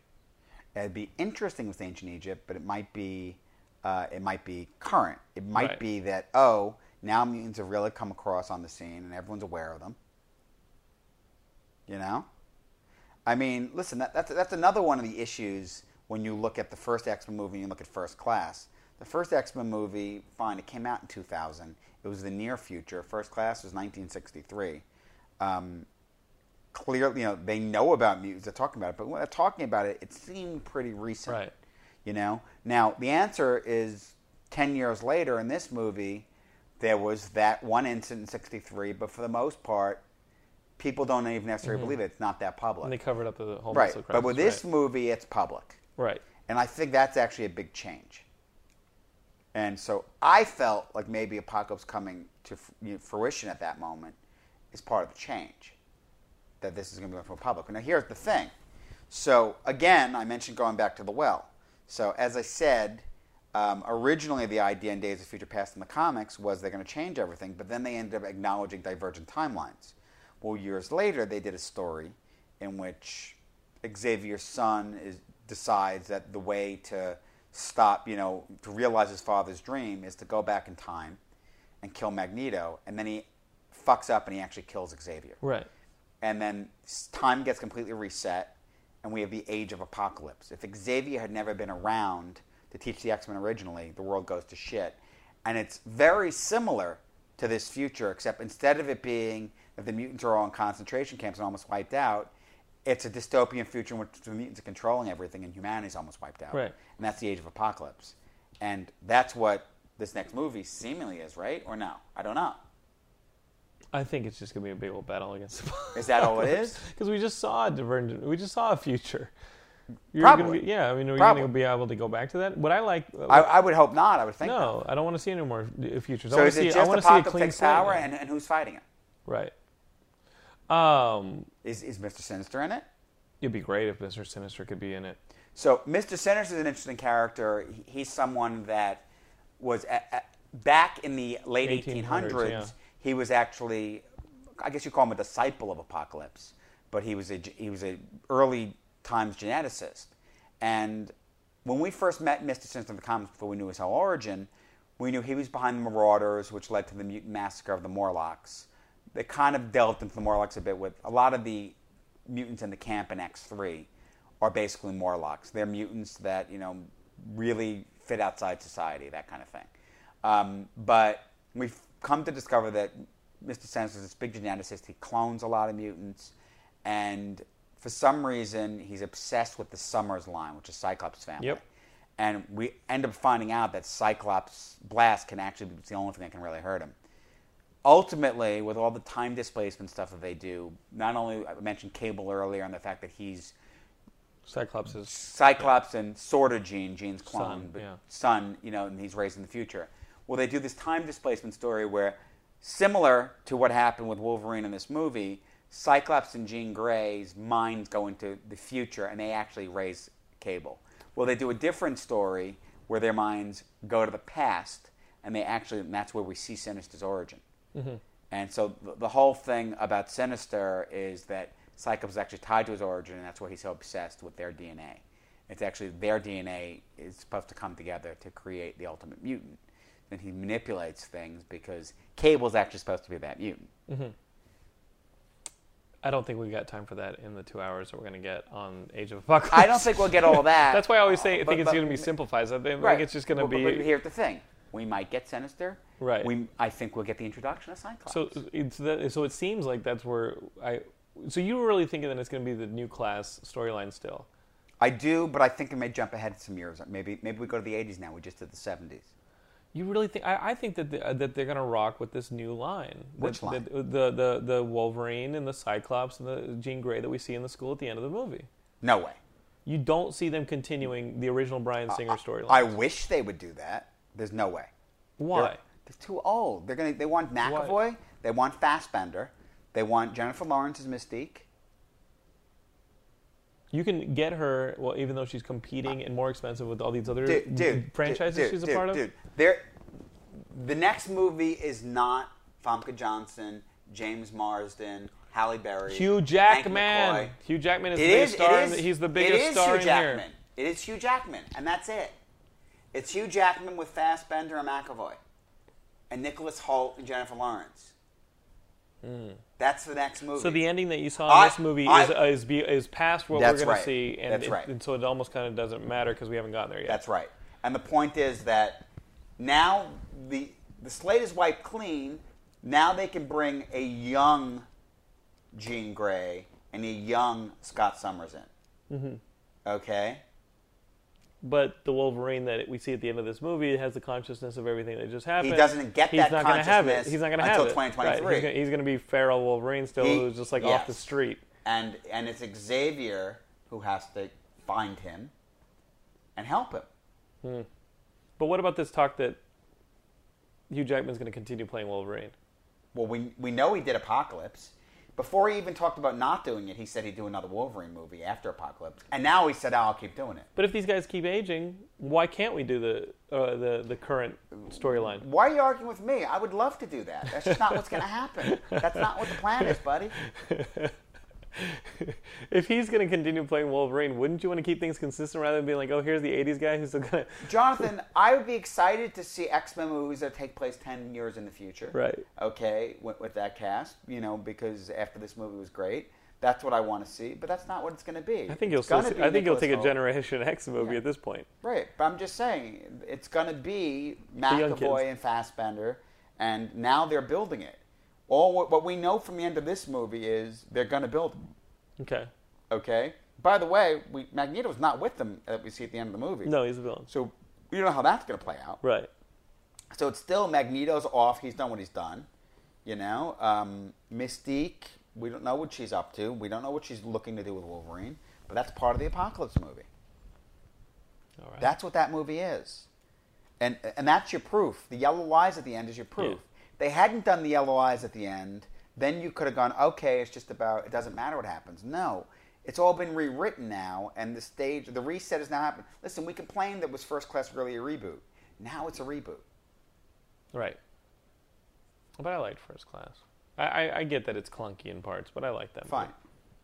Speaker 3: It'd be interesting with ancient Egypt, but it might be uh, it might be current. It might
Speaker 2: Right.
Speaker 3: be that oh now mutants have really come across on the scene and everyone's aware of them. You know, I mean, listen, that, that's that's another one of the issues when you look at the first X Men movie and you look at First Class. The first X Men movie, fine, it came out in 2000. It was the near future. First Class was 1963 clearly, you know, they know about mutants. They're talking about it, but when they're talking about it, it seemed pretty recent.
Speaker 2: Right.
Speaker 3: You know. Now the answer is ten years later in this movie, there was that one incident in '63, but for the most part, people don't even necessarily believe it. It's not that public.
Speaker 2: Mm-hmm. And they covered up the whole
Speaker 3: right.
Speaker 2: mess of
Speaker 3: But with
Speaker 2: crisis,
Speaker 3: this movie, it's public.
Speaker 2: right. right.
Speaker 3: And I think that's actually a big change. And so I felt like maybe Apocalypse coming to f- you know, fruition at that moment is part of the change that this is going to be going for public. Now, here's the thing. So, again, I mentioned going back to the well. So, as I said, um, originally the idea in Days of Future Past in the comics was they're going to change everything, but then they ended up acknowledging divergent timelines. Well, years later, they did a story in which Xavier's son is, decides that the way to stop, you know, to realize his father's dream is to go back in time and kill Magneto, and then he fucks up and he actually kills Xavier
Speaker 2: Right.
Speaker 3: and then s- time gets completely reset, and we have the Age of Apocalypse. If Xavier had never been around to teach the X Men originally, the world goes to shit. And it's very similar to this future, except instead of it being that the mutants are all in concentration camps and almost wiped out, it's a dystopian future in which the mutants are controlling everything and humanity's almost wiped out.
Speaker 2: Right.
Speaker 3: And that's the Age of Apocalypse. And that's what this next movie seemingly is, right? Or no? I don't know.
Speaker 2: I think it's just gonna be a big old battle against.
Speaker 3: Is that all it is?
Speaker 2: Because we just saw a divergent. We just saw a future. You're
Speaker 3: Probably.
Speaker 2: Gonna be, yeah, I mean, are you
Speaker 3: Probably.
Speaker 2: gonna be able to go back to that? What I like.
Speaker 3: I, I would hope not. I would think
Speaker 2: no, I don't want to see any more f- futures. I
Speaker 3: So
Speaker 2: wanna
Speaker 3: is
Speaker 2: see,
Speaker 3: it
Speaker 2: I
Speaker 3: just
Speaker 2: want to see a clean
Speaker 3: apocalyptic
Speaker 2: slate.
Speaker 3: power and, and who's fighting it?
Speaker 2: right. Um,
Speaker 3: Is, is Mr. Sinister in it?
Speaker 2: it'd be great if Mister Sinister could be in it.
Speaker 3: So Mr. Sinister is an interesting character. He- He's someone that was a a- back in the late 1800s.
Speaker 2: 1800s, yeah.
Speaker 3: He was actually, I guess you call him a disciple of Apocalypse, but he was a ge- he was a early times geneticist. And when we first met Mr. Sinister in the comics before we knew his whole origin, we knew he was behind the Marauders, which led to the mutant massacre of the Morlocks. They kind of delved into the Morlocks a bit with a lot of the mutants in the camp in X three are basically Morlocks. They're mutants that you know really fit outside society, that kind of thing. Um, but we've come to discover that Mr. Sanders is this big geneticist. He clones a lot of mutants, and for some reason, he's obsessed with the Summers line, which is Cyclops' family.
Speaker 2: Yep.
Speaker 3: And we end up finding out that Cyclops' blast can actually be it's the only thing that can really hurt him ultimately, with all the time displacement stuff that they do, not only I mentioned Cable earlier and the fact that he's
Speaker 2: Cyclops is
Speaker 3: Cyclops and sort of Jean, Jean's clone,
Speaker 2: Son,
Speaker 3: but
Speaker 2: yeah.
Speaker 3: son, you know, and he's raised in the future. Well, they do this time displacement story where, similar to what happened with Wolverine in this movie, Cyclops and Jean Grey's minds go into the future and they actually raise Cable. Well, they do a different story where their minds go to the past and they actually, and that's where we see Sinister's origin. And so the, the whole thing about Sinister is that Cyclops is actually tied to his origin, and that's why he's so obsessed with their DNA. It's actually their DNA is supposed to come together to create the ultimate mutant. Then he manipulates things because Cable's actually supposed to be that mutant.
Speaker 2: I don't think we got time for that in the two hours that we're gonna get on Age of Apocalypse.
Speaker 3: I don't think we'll get all that.
Speaker 2: That's why I always say I think
Speaker 3: But-
Speaker 2: it's
Speaker 3: but-
Speaker 2: gonna be simplified. I think, I think it's just gonna
Speaker 3: But- but-
Speaker 2: be
Speaker 3: But here's the thing: we might get Sinister.
Speaker 2: Right.
Speaker 3: We, I think we'll get the introduction of Cyclops.
Speaker 2: So it's that, so it seems like that's where I. So you were really thinking that it's going to be the new class storyline still.
Speaker 3: I do, but I think it may jump ahead some years. Maybe maybe we go to the 80s now. We just did the 70s.
Speaker 2: You really think? I, I think that the, uh, that they're going to rock with this new line.
Speaker 3: Which
Speaker 2: That-
Speaker 3: line?
Speaker 2: that- the, the the Wolverine and the Cyclops and the Jean Grey that we see in the school at the end of the movie.
Speaker 3: No way.
Speaker 2: You don't see them continuing the original Brian Singer storyline.
Speaker 3: Uh, I wish they would do that. There's no way.
Speaker 2: Why?
Speaker 3: They're, they're too old. They're gonna. They want McAvoy. They want Fassbender. They want Jennifer Lawrence as Mystique.
Speaker 2: You can get her. Well, even though she's competing and more expensive with all these other
Speaker 3: Dude, dude,
Speaker 2: franchises
Speaker 3: dude,
Speaker 2: she's a
Speaker 3: dude,
Speaker 2: part of.
Speaker 3: Dude, They're- the next movie is not Famke Johnson, James Marsden, Halle Berry,
Speaker 2: Hugh
Speaker 3: Hank
Speaker 2: Jackman.
Speaker 3: McCoy.
Speaker 2: Hugh Jackman is
Speaker 3: It
Speaker 2: the
Speaker 3: is-
Speaker 2: biggest star.
Speaker 3: it
Speaker 2: in
Speaker 3: is-
Speaker 2: the- he's the
Speaker 3: it
Speaker 2: biggest
Speaker 3: is
Speaker 2: star
Speaker 3: Hugh
Speaker 2: in
Speaker 3: Jackman.
Speaker 2: here.
Speaker 3: It is Hugh Jackman, and that's it. It's Hugh Jackman with Fassbender and McAvoy, and Nicholas Holt and Jennifer Lawrence.
Speaker 2: Hmm.
Speaker 3: That's the next movie.
Speaker 2: So the ending that you saw in
Speaker 3: I-
Speaker 2: this movie
Speaker 3: I-
Speaker 2: is, uh, is be- is past what we're
Speaker 3: That's
Speaker 2: going
Speaker 3: right.
Speaker 2: to see, and,
Speaker 3: That's
Speaker 2: it-
Speaker 3: right.
Speaker 2: and so it almost kind of doesn't matter because we haven't gotten there yet.
Speaker 3: That's right. And the point is that now the the slate is wiped clean. Now they can bring a young Jean
Speaker 2: Mm-hmm.
Speaker 3: Grey and a young Scott Summers in. Okay.
Speaker 2: But the Wolverine that we see at the end of this movie has the consciousness of everything that just happened.
Speaker 3: doesn't get
Speaker 2: he's
Speaker 3: that
Speaker 2: not gonna have it.
Speaker 3: consciousness
Speaker 2: He's not going to
Speaker 3: until
Speaker 2: have it. Right.
Speaker 3: 2023.
Speaker 2: He's gonna- He's going to be feral Wolverine still,
Speaker 3: He-
Speaker 2: who's just like off the
Speaker 3: yes.
Speaker 2: street.
Speaker 3: and and it's Xavier who has to find him and help him.
Speaker 2: But what about this talk that Hugh Jackman's going to continue playing Wolverine?
Speaker 3: Well, we we know he did Apocalypse. Before he even talked about not doing it, he said he'd do another Wolverine movie after Apocalypse, and now he said, oh, "I'll keep doing it."
Speaker 2: But if these guys keep aging, why can't we do the uh, the the current storyline?
Speaker 3: Why are you arguing with me? I would love to do that. That's just not what's going to happen. That's not what the plan is, buddy.
Speaker 2: If he's going to continue playing Wolverine, wouldn't you want to keep things consistent rather than being like, oh, here's the '80s guy who's still going to
Speaker 3: Jonathan, I would be excited to see X Men movies that take place 10 years in the future.
Speaker 2: Right.
Speaker 3: Okay, with, with that cast, you know, because after this movie was great, that's what I want to see, but that's not what it's going to be.
Speaker 2: I think you'll
Speaker 3: It's gonna
Speaker 2: still see,
Speaker 3: be
Speaker 2: I think you'll
Speaker 3: Nicholas
Speaker 2: take a
Speaker 3: Hoult.
Speaker 2: Generation X movie
Speaker 3: Yeah.
Speaker 2: at this point.
Speaker 3: Right, but I'm just saying, it's going to be
Speaker 2: young
Speaker 3: McAvoy
Speaker 2: kids.
Speaker 3: and Fassbender, and now they're building it. All what, what we know from the end of this movie is they're going to build
Speaker 2: Okay.
Speaker 3: okay? By the way, we, Magneto's not with them that we see at the end of the movie.
Speaker 2: No, he's a villain.
Speaker 3: So we don't know how that's going to play out.
Speaker 2: Right.
Speaker 3: So it's still Magneto's off. He's done what he's done. You know, um, Mystique, we don't know what she's up to. We don't know what she's looking to do with Wolverine. But that's part of the Apocalypse movie.
Speaker 2: All right.
Speaker 3: That's what that movie is. And, and that's your proof. The yellow lies at the end is your proof. They hadn't done the yellow lies at the end, then you could have gone, okay, it's just about, it doesn't matter what happens. No. It's all been rewritten now, and the stage, the reset has now happened. Listen, we complained that was First Class really a reboot. Now it's a reboot.
Speaker 2: right. But I liked First Class. I, I, I get that it's clunky in parts, but I like that.
Speaker 3: Fine.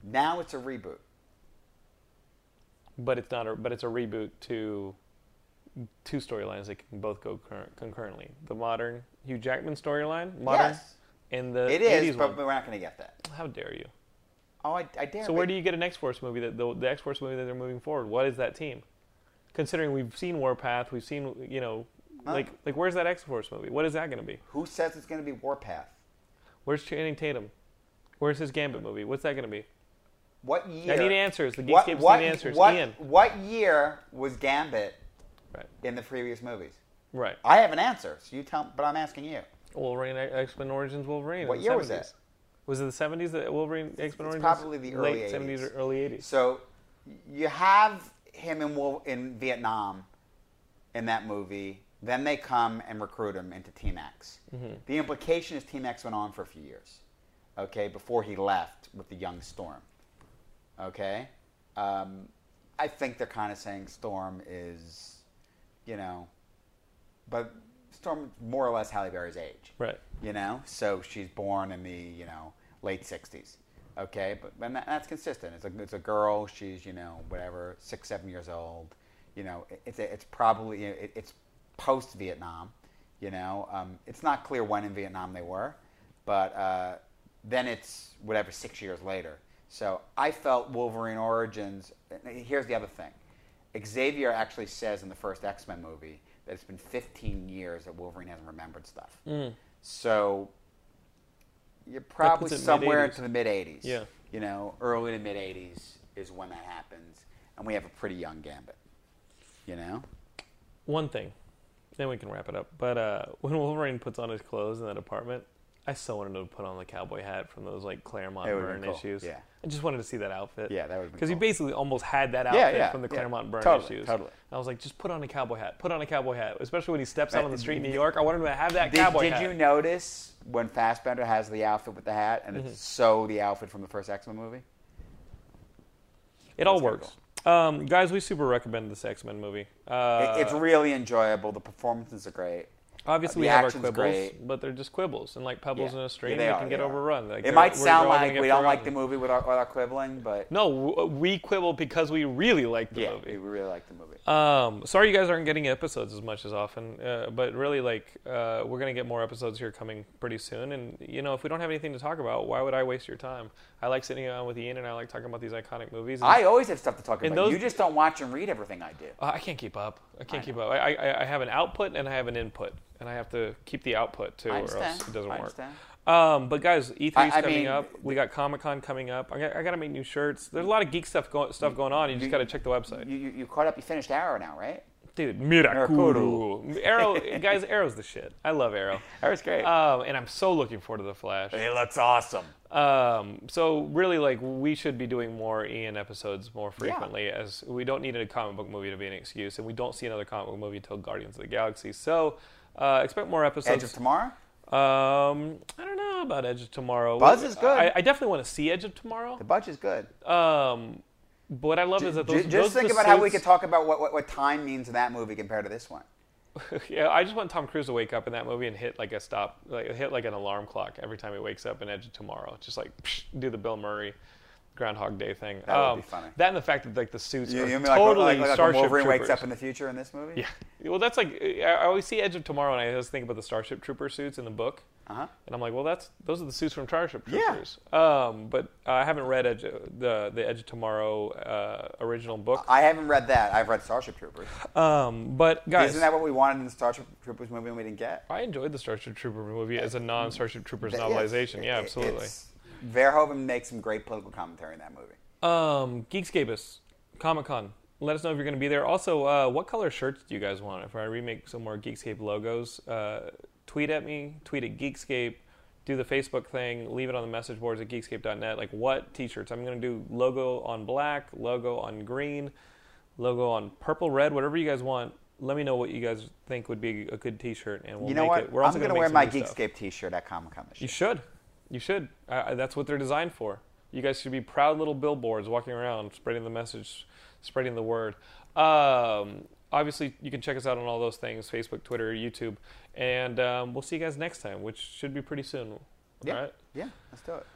Speaker 2: Movie.
Speaker 3: Now it's a reboot.
Speaker 2: But it's not. A, but it's a reboot to two storylines that can both go cur- concurrently. The modern Hugh Jackman storyline, modern,
Speaker 3: Yes.
Speaker 2: and the
Speaker 3: It is,
Speaker 2: 80s
Speaker 3: but
Speaker 2: one.
Speaker 3: we're not going to get that.
Speaker 2: How dare you?
Speaker 3: Oh, I, I dare.
Speaker 2: So where
Speaker 3: but-
Speaker 2: do you get an X Force movie that the, the X Force movie that they're moving forward? What is that team? Considering we've seen Warpath, we've seen you know, like like where's that X Force movie? What is that going to be?
Speaker 3: Who says it's going to be Warpath?
Speaker 2: Where's Channing Tatum? Where's his Gambit movie? What's that going to be?
Speaker 3: What year?
Speaker 2: need answers. The
Speaker 3: what,
Speaker 2: Geekscapes
Speaker 3: what,
Speaker 2: need answers.
Speaker 3: What,
Speaker 2: Ian.
Speaker 3: what year was Gambit
Speaker 2: Right.
Speaker 3: in the previous movies?
Speaker 2: Right.
Speaker 3: I have an answer, so you tell. But I'm asking you.
Speaker 2: Wolverine X Men Origins Wolverine.
Speaker 3: What
Speaker 2: in the
Speaker 3: year was
Speaker 2: 70s.
Speaker 3: that?
Speaker 2: Was it the 70s that Wolverine X Men
Speaker 3: It's
Speaker 2: Origins?
Speaker 3: probably the early
Speaker 2: late 70s or
Speaker 3: 80s.
Speaker 2: early 80s.
Speaker 3: So you have him in Wol- in Vietnam in that movie. Then they come and recruit him into Team X. The implication is Team X went on for a few years, okay, before he left with the young Storm. Okay, um, I think they're kind of saying Storm is, you know, but Storm more or less Halle Berry's age
Speaker 2: Right.
Speaker 3: you know so she's born in the you know late 60s okay but and that, that's consistent it's a, it's a girl she's you know whatever six seven years old you know it, it's it's probably you know, it, it's post vietnam you know um, it's not clear when in vietnam they were but uh, then it's whatever six years later so i felt wolverine origins and here's the other thing Xavier actually says in the first X Men movie that it's been 15 years that Wolverine hasn't remembered stuff. So you're probably
Speaker 2: it
Speaker 3: somewhere
Speaker 2: mid-eighties.
Speaker 3: into the mid 80s.
Speaker 2: Yeah.
Speaker 3: You know, early to mid 80s is when that happens. And we have a pretty young Gambit. You know?
Speaker 2: One thing. Then we can wrap it up. But uh, when Wolverine puts on his clothes in that apartment, I so wanted to put on the cowboy hat from those like Claremont
Speaker 3: It would've
Speaker 2: Burn
Speaker 3: been cool.
Speaker 2: issues.
Speaker 3: Yeah.
Speaker 2: I just wanted to see that outfit.
Speaker 3: Yeah, that would've been
Speaker 2: because he
Speaker 3: cool.
Speaker 2: basically almost had that outfit
Speaker 3: Yeah, yeah,
Speaker 2: from the
Speaker 3: yeah.
Speaker 2: Claremont Burn
Speaker 3: Totally,
Speaker 2: issues.
Speaker 3: totally.
Speaker 2: I was like, just put on a cowboy hat. Put on a cowboy hat, especially when he steps out on the street in New York. I wanted him to have that
Speaker 3: Did,
Speaker 2: cowboy
Speaker 3: did
Speaker 2: hat.
Speaker 3: you notice when Fassbender has the outfit with the hat and
Speaker 2: Mm-hmm.
Speaker 3: it's so the outfit from the first X Men movie?
Speaker 2: It all
Speaker 3: That's kinda
Speaker 2: works. Um, guys, we super recommend this X Men movie. Uh,
Speaker 3: It- it's really enjoyable. The performances are great.
Speaker 2: obviously,
Speaker 3: the
Speaker 2: we have our
Speaker 3: action's
Speaker 2: quibbles,
Speaker 3: great.
Speaker 2: but they're just quibbles. And like pebbles
Speaker 3: Yeah.
Speaker 2: in a stream,
Speaker 3: Yeah, they
Speaker 2: they,
Speaker 3: are,
Speaker 2: can
Speaker 3: they
Speaker 2: get
Speaker 3: are.
Speaker 2: overrun. Like,
Speaker 3: it
Speaker 2: they're-
Speaker 3: might
Speaker 2: we're
Speaker 3: sound
Speaker 2: all gonna
Speaker 3: like
Speaker 2: get
Speaker 3: we don't
Speaker 2: thrown.
Speaker 3: like the movie with our, with our quibbling, but
Speaker 2: No, w- uh, we quibble because we really like the
Speaker 3: yeah, we
Speaker 2: movie.
Speaker 3: really like the movie.
Speaker 2: Um, sorry you guys aren't getting episodes as much as often, uh, but really, like, uh, we're going to get more episodes here coming pretty soon. And, you know, if we don't have anything to talk about, why would I waste your time? I like sitting down with Ian and I like talking about these iconic movies. And
Speaker 3: I always have stuff to talk
Speaker 2: And
Speaker 3: about.
Speaker 2: those-
Speaker 3: you just don't watch and read everything I do.
Speaker 2: Uh, I can't keep up. I can't keep up. I, I, I have an output and I have an input, and I have to keep the output too,
Speaker 3: I
Speaker 2: or else
Speaker 3: understand.
Speaker 2: it doesn't
Speaker 3: I
Speaker 2: work.
Speaker 3: understand.
Speaker 2: Um, but guys, E3 is
Speaker 3: I- I
Speaker 2: coming
Speaker 3: mean-
Speaker 2: up. We got Comic Con coming up. I got, I got to make new shirts. There's a lot of geek stuff going stuff going on. You just got to check the website.
Speaker 3: You, you, you caught up. You finished Arrow now, right?
Speaker 2: Dude, Mirakuru. Arrow, guys, Arrow's the shit. I love Arrow.
Speaker 3: Arrow's great.
Speaker 2: Um, and I'm so looking forward to the Flash.
Speaker 3: it looks awesome.
Speaker 2: Um, so really, like we should be doing more Ian episodes more frequently, as we don't need a comic book movie to be an excuse, and we don't see another comic book movie until Guardians of the Galaxy. So uh, expect more
Speaker 3: Edge of
Speaker 2: episodes.
Speaker 3: Tomorrow.
Speaker 2: um, I don't know about Edge of Tomorrow.
Speaker 3: Buzz is good.
Speaker 2: I, I definitely want to see Edge of Tomorrow.
Speaker 3: The budge is good.
Speaker 2: Um, but what I love is that those.
Speaker 3: Ju-
Speaker 2: those
Speaker 3: just think about how we could talk about what, what, what time means in that movie compared to this one.
Speaker 2: talk. yeah, I just want Tom Cruise to wake up in that movie and hit like a stop, like hit like an alarm clock every time he wakes up in Edge of Tomorrow. Just like psh, do the Bill Murray. Groundhog Day thing. Um,
Speaker 3: That would be funny.
Speaker 2: That and the fact that like the suits
Speaker 3: You,
Speaker 2: are
Speaker 3: you mean like,
Speaker 2: totally
Speaker 3: like, like, like when
Speaker 2: Starship
Speaker 3: Wolverine
Speaker 2: Troopers.
Speaker 3: wakes up in the future in this movie?
Speaker 2: yeah. Well, that's like I I always see Edge of Tomorrow, and I always think about the Starship Trooper suits in the book.
Speaker 3: Uh-huh.
Speaker 2: And I'm like, well, that's those are the suits from Starship
Speaker 3: Yeah.
Speaker 2: Troopers. Um, but I haven't read Edge, the the Edge of Tomorrow uh, original book.
Speaker 3: I haven't read that. I've read Starship Troopers.
Speaker 2: Um, but guys,
Speaker 3: Isn't that what we wanted in the Starship Troopers movie and we didn't get?
Speaker 2: I enjoyed the Starship Trooper movie as a non Starship Troopers
Speaker 3: Yes.
Speaker 2: novelization. Yeah,
Speaker 3: It-
Speaker 2: absolutely.
Speaker 3: it's- Verhoeven makes some great political commentary in that movie.
Speaker 2: Um, Geekscapists, Comic Con. Let us know if you're going to be there. Also, uh, what color shirts do you guys want? If I remake some more Geekscape logos, uh, tweet at me, tweet at Geekscape, do the Facebook thing, leave it on the message boards at geekscape.net. Like, what t shirts? I'm going to do logo on black, logo on green, logo on purple, red, whatever you guys want. Let me know what you guys think would be a good t shirt, and we'll
Speaker 3: You know
Speaker 2: make
Speaker 3: what?
Speaker 2: it. We're
Speaker 3: I'm
Speaker 2: also
Speaker 3: going to
Speaker 2: make
Speaker 3: wear
Speaker 2: some
Speaker 3: my
Speaker 2: new stuff.
Speaker 3: Geekscape T-shirt at Comic Con this
Speaker 2: You
Speaker 3: year.
Speaker 2: should. You should. I, I, that's what they're designed for. You guys should be proud little billboards walking around, spreading the message, spreading the word. Um, obviously, you can check us out on all those things Facebook, Twitter, YouTube. And um, we'll see you guys next time, which should be pretty soon.
Speaker 3: Yeah,
Speaker 2: All right?
Speaker 3: yeah, let's do it.